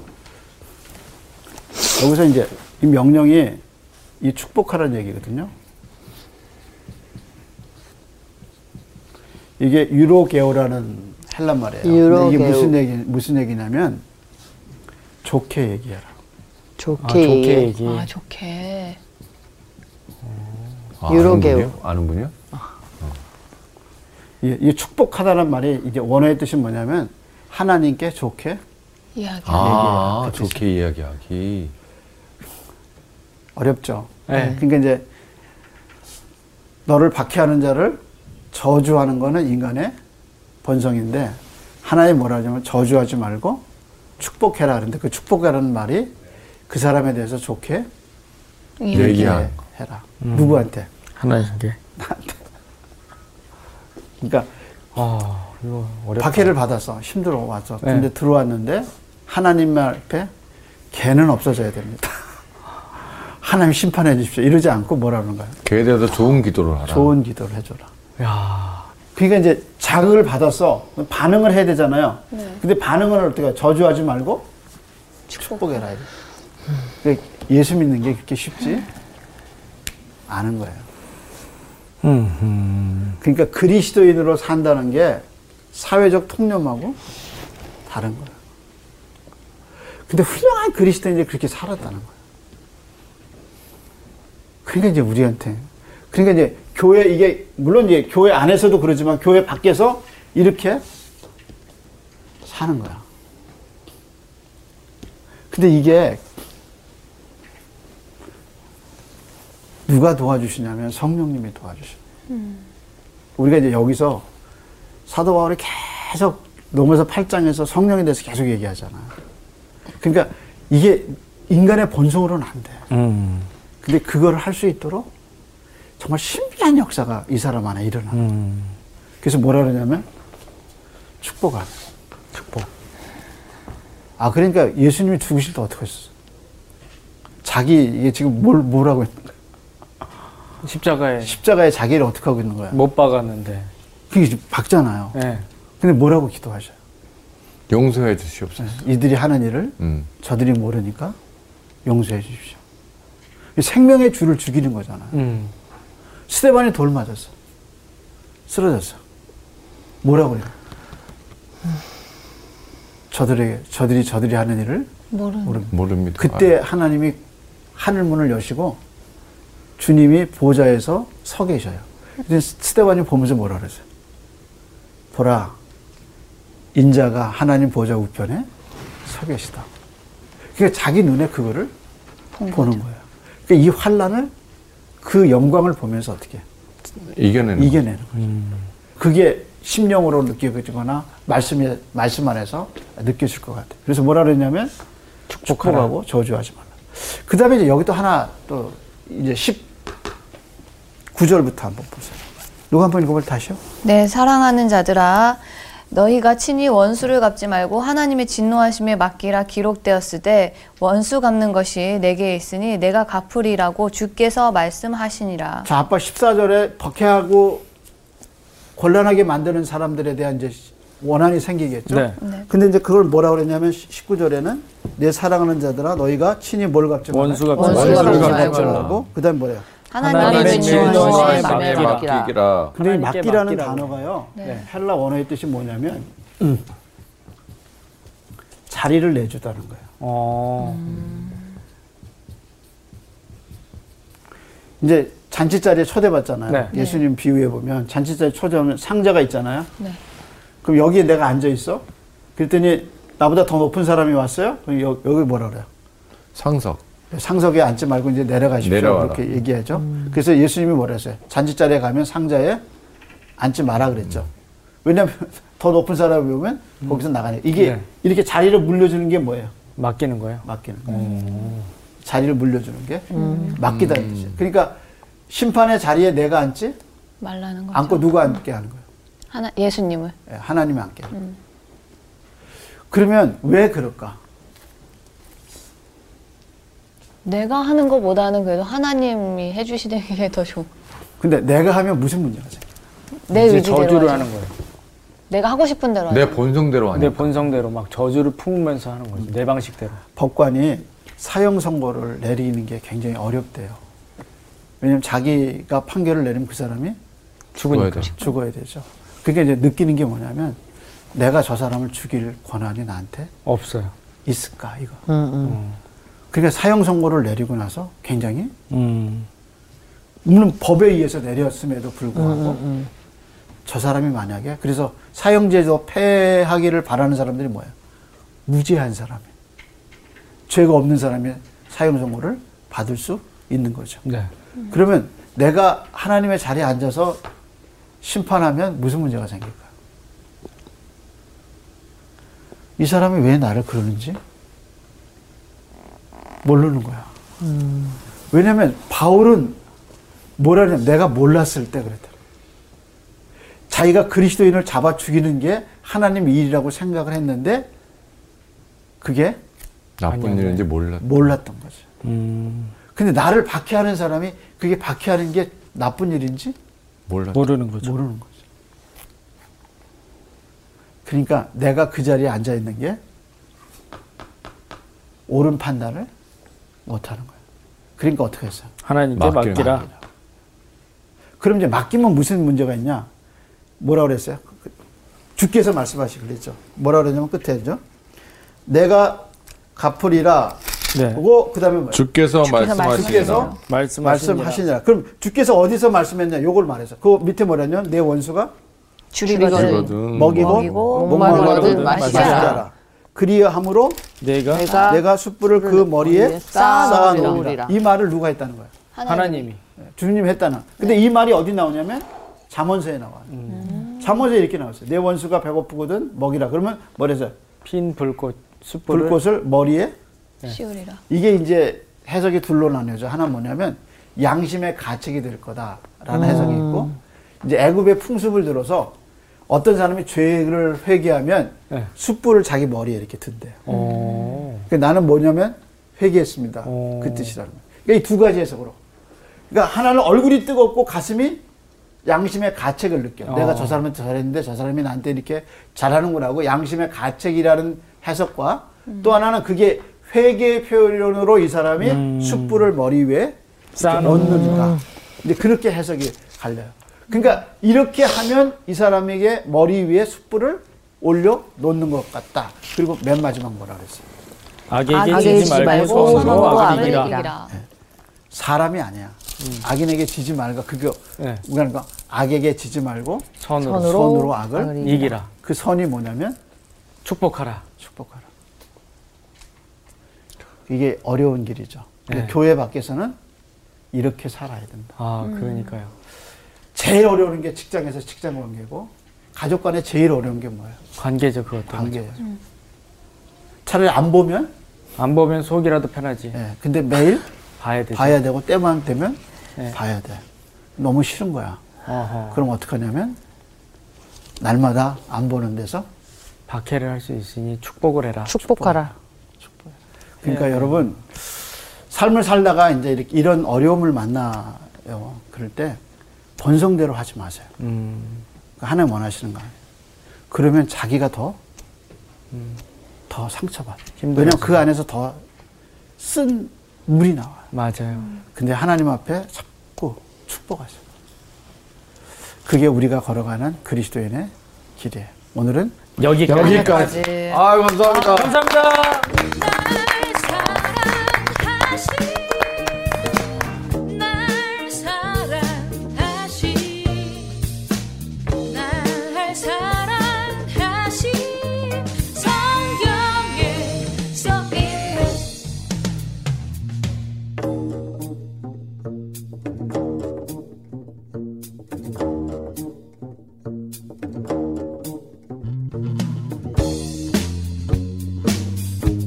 [SPEAKER 4] 여기서 이제 이 명령이 이 축복하라는 얘기거든요. 이게 유로게오라는 헬란 말이에요. 근데 이게
[SPEAKER 5] 유로게오.
[SPEAKER 4] 무슨 얘기 무슨 얘기냐면 좋게 얘기해라.
[SPEAKER 5] 좋게,
[SPEAKER 3] 아, 좋게
[SPEAKER 5] 얘기해.
[SPEAKER 3] 얘기.
[SPEAKER 2] 아, 좋게.
[SPEAKER 1] 아,
[SPEAKER 5] 유로게요.
[SPEAKER 1] 아는군요? 아는군요?
[SPEAKER 4] 이, 이 축복하다는 말이 이제 원어의 뜻이 뭐냐면 하나님께 좋게
[SPEAKER 2] 이야기.
[SPEAKER 1] 아, 좋게 이야기하기.
[SPEAKER 4] 어렵죠.
[SPEAKER 3] 네.
[SPEAKER 4] 그러니까 이제 너를 박해하는 자를 저주하는 거는 인간의 본성인데 하나님 뭐라 하냐면 저주하지 말고 축복해라. 그런데 그 축복이라는 말이 그 사람에 대해서 좋게
[SPEAKER 2] 이야기.
[SPEAKER 1] 얘기한.
[SPEAKER 4] 해라.
[SPEAKER 3] 음.
[SPEAKER 4] 누구한테?
[SPEAKER 3] 하나님께.
[SPEAKER 4] 그러니까
[SPEAKER 3] 아, 이거 어렵다.
[SPEAKER 4] 박해를 받아서 힘들어 와서
[SPEAKER 3] 네.
[SPEAKER 4] 근데 들어왔는데 하나님 앞에 개는 없어져야 됩니다. 하나님 심판해 주십시오. 이러지 않고 뭐라는 거예요?
[SPEAKER 1] 걔에 대해서 좋은 기도를 하라.
[SPEAKER 4] 좋은 기도를 해줘라.
[SPEAKER 3] 야,
[SPEAKER 4] 그러니까 이제 자극을 받아서 반응을 해야 되잖아요. 근데 반응을 어떻게 해요? 저주하지 말고 네. 축복해라. 해야 돼요. 그러니까 예수 믿는 게 그렇게 쉽지 않은 거예요. 그러니까 그리스도인으로 산다는 게 사회적 통념하고 다른 거예요. 근데 훌륭한 그리스도인이 그렇게 살았다는 거예요. 그러니까 이제 우리한테 그러니까 이제 교회 이게 물론 이제 교회 안에서도 그러지만 교회 밖에서 이렇게 사는 거야. 근데 이게 누가 도와주시냐면 성령님이 도와주셔. 우리가 이제 여기서 사도 바울이 계속 로마서 8장에서 성령에 대해서 계속 얘기하잖아. 그러니까 이게 인간의 본성으로는 안 돼.
[SPEAKER 3] 음,
[SPEAKER 4] 근데 그걸 할 수 있도록 정말 신비한 역사가 이 사람 안에 일어나.
[SPEAKER 3] 음,
[SPEAKER 4] 그래서 뭐라 그러냐면 축복하는. 축복. 아 그러니까 예수님이 죽으실 때 어떻게 했어? 자기 이게 지금 뭘 뭐라고 했는 거야?
[SPEAKER 3] 십자가에
[SPEAKER 4] 십자가에 자기를 어떻게 하고 있는 거야?
[SPEAKER 3] 못 박았는데.
[SPEAKER 4] 그게 지금 박잖아요.
[SPEAKER 3] 뭐. 예.
[SPEAKER 4] 근데 뭐라고 기도하셔요?
[SPEAKER 1] 용서해 주시옵소서.
[SPEAKER 4] 이들이 하는 일을
[SPEAKER 1] 음.
[SPEAKER 4] 저들이 모르니까 용서해 주십시오. 이 생명의 주를 죽이는 거잖아.
[SPEAKER 3] 음.
[SPEAKER 4] 스테반이 돌 맞았어. 쓰러졌어. 뭐라고 그래? 저들에게 저들이 저들이 하는 일을
[SPEAKER 2] 모르는.
[SPEAKER 4] 모르.
[SPEAKER 1] 모릅니다.
[SPEAKER 4] 그때 하나님이 하늘 문을 여시고 주님이 보좌에서 서 계셔요. 근데 스테반이 보면서 뭐라 그랬어요? 보라, 인자가 하나님 보좌 우편에 서 계시다. 그러니까 자기 눈에 그거를 보는 거예요. 그러니까 이 환란을 그 영광을 보면서 어떻게 해요?
[SPEAKER 1] 아, 이겨내는. 거.
[SPEAKER 4] 이겨내는 거죠. 그게 심령으로 느껴지거나 말씀에 말씀 안에서 느껴질 것 같아요. 그래서 뭐라 그랬냐면 축복하고 저주하지 말라. 그다음에 이제 여기 또 하나 또 이제 19절부터 한번 보세요. 누가 한번 읽어볼 다시요?
[SPEAKER 2] 네, 사랑하는 자들아 너희가 친히 원수를 갚지 말고 하나님의 진노하심에 맡기라 기록되었으되 원수 갚는 것이 내게 있으니 내가 갚으리라고 주께서 말씀하시니라.
[SPEAKER 4] 자, 아빠 14절에 박해하고 곤란하게 만드는 사람들에 대한 이제 원한이 생기겠죠.
[SPEAKER 3] 네.
[SPEAKER 4] 근데 이제 그걸 뭐라 그랬냐면 19절에는 내 사랑하는 자들아 너희가 친히 뭘 갚지 말라.
[SPEAKER 3] 원수 갚지
[SPEAKER 5] 원수
[SPEAKER 4] 원수
[SPEAKER 5] 갚지
[SPEAKER 4] 갚지
[SPEAKER 5] 말라.
[SPEAKER 4] 말고 그다음 뭐래요?
[SPEAKER 2] 하나님의
[SPEAKER 5] 하나님의
[SPEAKER 2] 진노하심에
[SPEAKER 5] 진노하심에
[SPEAKER 2] 맡
[SPEAKER 1] 마음에
[SPEAKER 5] 맡기라.
[SPEAKER 1] 맡기라.
[SPEAKER 4] 근데 이
[SPEAKER 3] 하나님께
[SPEAKER 4] 맡기라는
[SPEAKER 3] 맡기라고.
[SPEAKER 4] 단어가요.
[SPEAKER 2] 네.
[SPEAKER 4] 헬라 원어의 뜻이 뭐냐면
[SPEAKER 3] 음.
[SPEAKER 4] 자리를 내주다는 거예요.
[SPEAKER 3] 어.
[SPEAKER 2] 음.
[SPEAKER 4] 이제 잔치 자리에 초대받잖아요.
[SPEAKER 3] 네.
[SPEAKER 4] 예수님 비유해 보면 잔치 자리에 초대하면 상자가 있잖아요.
[SPEAKER 2] 네.
[SPEAKER 4] 그럼 여기에 내가 앉아 있어? 그랬더니 나보다 더 높은 사람이 왔어요? 그럼 여, 여기 뭐라 그래요?
[SPEAKER 1] 상석.
[SPEAKER 4] 상석에 앉지 말고 이제 내려가십시오.
[SPEAKER 1] 내려와라.
[SPEAKER 4] 이렇게 얘기하죠. 그래서 예수님이 뭐라 했어요? 잔치 자리에 가면 상자에 앉지 마라 그랬죠. 왜냐하면 더 높은 사람이 오면 거기서 나가네. 이게
[SPEAKER 3] 네.
[SPEAKER 4] 이렇게 자리를 물려주는 게 뭐예요?
[SPEAKER 3] 맡기는 거예요.
[SPEAKER 4] 맡기는 거예요. 자리를 물려주는 게 맡기다는 뜻이에요. 그러니까 심판의 자리에 내가 앉지
[SPEAKER 2] 말라는 거죠.
[SPEAKER 4] 앉고 누가 앉게 하는 거예요.
[SPEAKER 2] 하나 예수님을
[SPEAKER 4] 예, 하나님이 함께. 그러면 왜 그럴까?
[SPEAKER 2] 내가 하는 것보다는 그래도 하나님이 해주시는 게 더 좋.
[SPEAKER 4] 근데 내가 하면 무슨 문제가 생겨?
[SPEAKER 2] 내
[SPEAKER 3] 이제
[SPEAKER 2] 의지대로
[SPEAKER 3] 저주를
[SPEAKER 2] 하죠.
[SPEAKER 3] 하는 거예요. 네.
[SPEAKER 2] 내가 하고 싶은 대로 하죠.
[SPEAKER 1] 내 본성대로
[SPEAKER 3] 내
[SPEAKER 1] 하니까.
[SPEAKER 3] 본성대로 막 저주를 품으면서 하는 거지. 내 방식대로.
[SPEAKER 4] 법관이 사형 선고를 내리는 게 굉장히 어렵대요. 왜냐면 자기가 판결을 내리면 그 사람이
[SPEAKER 1] 죽어야
[SPEAKER 3] 죽으니까.
[SPEAKER 1] 돼.
[SPEAKER 4] 죽어야 되죠. 그게 이제 느끼는 게 뭐냐면 내가 저 사람을 죽일 권한이 나한테
[SPEAKER 3] 없어요.
[SPEAKER 4] 있을까 이거.
[SPEAKER 5] 음, 음.
[SPEAKER 4] 그러니까 사형 선고를 내리고 나서 굉장히
[SPEAKER 3] 음.
[SPEAKER 4] 물론 법에 의해서 내렸음에도 불구하고 저 사람이 만약에 그래서 사형제도 폐하기를 바라는 사람들이 뭐예요? 무죄한 사람이 죄가 없는 사람이 사형 선고를 받을 수 있는 거죠.
[SPEAKER 3] 네.
[SPEAKER 4] 그러면 내가 하나님의 자리에 앉아서 심판하면 무슨 문제가 생길까? 이 사람이 왜 나를 그러는지 모르는 거야. 왜냐면 바울은 뭐라 그냐면 내가 몰랐을 때 그랬다. 자기가 그리스도인을 잡아 죽이는 게 하나님 일이라고 생각을 했는데 그게
[SPEAKER 1] 나쁜 일인지 몰라.
[SPEAKER 4] 몰랐던 거죠.
[SPEAKER 3] 음.
[SPEAKER 4] 근데 나를 박해하는 사람이 그게 박해하는 게 나쁜 일인지
[SPEAKER 1] 몰라.
[SPEAKER 3] 모르는 거죠.
[SPEAKER 4] 모르는 거죠. 그러니까 내가 그 자리에 앉아 있는 게 옳은 판단을 못 하는 거예요. 그러니까 어떻게 했어요?
[SPEAKER 3] 하나님께
[SPEAKER 1] 맡기라.
[SPEAKER 3] 맡기라.
[SPEAKER 4] 그럼 이제 맡기면 무슨 문제가 있냐? 뭐라 그랬어요? 그- 주께서 말씀하시길랬죠. 뭐라 그랬냐면 끝에죠. 내가 갚으리라.
[SPEAKER 3] 네.
[SPEAKER 4] 그거 그다음에 뭐예요?
[SPEAKER 1] 주께서
[SPEAKER 4] 주께서
[SPEAKER 1] 말씀하시니라.
[SPEAKER 3] 말씀하시니라.
[SPEAKER 4] 말씀하시니라. 그럼 주께서 어디서 말씀했냐? 요걸 말해서. 그 밑에 뭐냐면 내 원수가
[SPEAKER 5] 줄이거든.
[SPEAKER 2] 줄이거든.
[SPEAKER 1] 주거든.
[SPEAKER 4] 먹이고, 어,
[SPEAKER 2] 먹이고
[SPEAKER 5] 목마르거든
[SPEAKER 4] 목마르거든
[SPEAKER 5] 마시라.
[SPEAKER 4] 마시라. 그리하므로
[SPEAKER 3] 내가
[SPEAKER 5] 내가
[SPEAKER 4] 내가 숯불을 그 머리에 쌓아 놓으리라.
[SPEAKER 5] 놓으리라.
[SPEAKER 4] 이 말을 누가 했다는 거야? 네,
[SPEAKER 3] 하나님이
[SPEAKER 4] 주님 했다는. 근데 이 말이 어디 나오냐면 잠언서에 나와. 잠언서에 이렇게 나왔어요. 내 원수가 배고프거든 먹이라. 그러면 머리에서
[SPEAKER 3] 핀 불꽃 숯불을
[SPEAKER 4] 불꽃을 머리에
[SPEAKER 3] 네.
[SPEAKER 2] 씌우리라.
[SPEAKER 4] 이게 이제 해석이 둘로 나뉘어져. 하나 는 뭐냐면 양심의 가책이 될 거다라는 해석이 있고 이제 애굽의 풍습을 들어서 어떤 사람이 죄를 회개하면
[SPEAKER 3] 네.
[SPEAKER 4] 숯불을 자기 머리에 이렇게 든대요.
[SPEAKER 3] 오.
[SPEAKER 4] 그러니까 나는 뭐냐면 회개했습니다.
[SPEAKER 3] 오.
[SPEAKER 4] 그 뜻이라는 거예요. 그러니까 이 두 가지 해석으로. 그러니까 하나는 얼굴이 뜨겁고 가슴이 양심의 가책을 느껴.
[SPEAKER 3] 어.
[SPEAKER 4] 내가 저 사람한테 잘했는데 저 사람이 나한테 이렇게 잘하는구나 하고 양심의 가책이라는 해석과
[SPEAKER 3] 음.
[SPEAKER 4] 또 하나는 그게 회개의 표현으로 이 사람이 숯불을 머리 위에 이렇게
[SPEAKER 3] 음. 쌓아놓는
[SPEAKER 4] 넣는다. 근데 그렇게 해석이 갈려요. 그러니까 이렇게 하면 이 사람에게 머리 위에 숯불을 올려 놓는 것 같다. 그리고 맨 마지막 뭐라 그랬어요?
[SPEAKER 3] 악에게 지지 말고 선으로 악을 이기라. 네,
[SPEAKER 4] 사람이 아니야. 악인에게 지지 말고 그게
[SPEAKER 3] 음. 네.
[SPEAKER 4] 그러니까 악에게 지지 말고
[SPEAKER 3] 선으로,
[SPEAKER 5] 선으로
[SPEAKER 4] 선으로 악을
[SPEAKER 3] 이기라.
[SPEAKER 4] 그 선이 뭐냐면
[SPEAKER 3] 축복하라.
[SPEAKER 4] 축복하라. 이게 어려운 길이죠.
[SPEAKER 3] 네.
[SPEAKER 4] 근데 교회 밖에서는 이렇게 살아야 된다.
[SPEAKER 3] 아, 그러니까요.
[SPEAKER 4] 제일 어려운 게 직장에서 직장 관계고 가족 간에 제일 어려운 게 뭐예요?
[SPEAKER 3] 관계죠, 음. 그것도.
[SPEAKER 4] 관계예요. 차라리 안 보면
[SPEAKER 3] 안 보면 속이라도 편하지.
[SPEAKER 4] 예. 근데 매일
[SPEAKER 3] 네. 봐야 되죠.
[SPEAKER 4] 봐야 되고 때만 되면
[SPEAKER 3] 그렇죠. 네.
[SPEAKER 4] 봐야 돼. 너무 싫은 거야.
[SPEAKER 3] 어허.
[SPEAKER 4] 그럼 어떡하냐면 날마다 안 보는 데서
[SPEAKER 3] 박해를 할 수 있으니 축복을 해라.
[SPEAKER 5] 축복하라.
[SPEAKER 4] 그러니까 여러분 삶을 살다가 이제 이렇게 이런 어려움을 만나요. 그럴 때 본성대로 하지 마세요.
[SPEAKER 3] 음.
[SPEAKER 4] 그러니까 하나님 원하시는 거 아니에요. 그러면 자기가 더 더 상처받아. 왜냐면 그 안에서 더 쓴 물이 나와요.
[SPEAKER 3] 맞아요.
[SPEAKER 4] 근데 하나님 앞에 자꾸 축복하세요. 그게 우리가 걸어가는 그리스도인의 길이에요. 오늘은
[SPEAKER 3] 여기까지.
[SPEAKER 1] 여기까지. 아, 감사합니다.
[SPEAKER 3] 감사합니다.
[SPEAKER 6] 날 사랑하신 날 사랑하신 날 사랑하신 성경에 써있는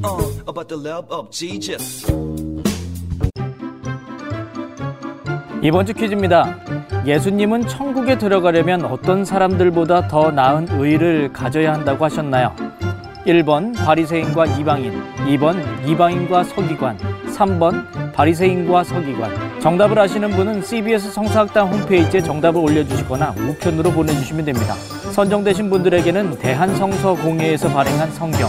[SPEAKER 7] uh, about the love of Jesus.
[SPEAKER 3] 이번 주 퀴즈입니다. 예수님은 천국에 들어가려면 어떤 사람들보다 더 나은 의를 가져야 한다고 하셨나요? 1번 바리새인과 이방인, 2번 이방인과 서기관, 3번 바리새인과 서기관, 정답을 아시는 분은 CBS 성사학당 홈페이지에 정답을 올려주시거나 우편으로 보내주시면 됩니다. 선정되신 분들에게는 대한성서공회에서 발행한 성경,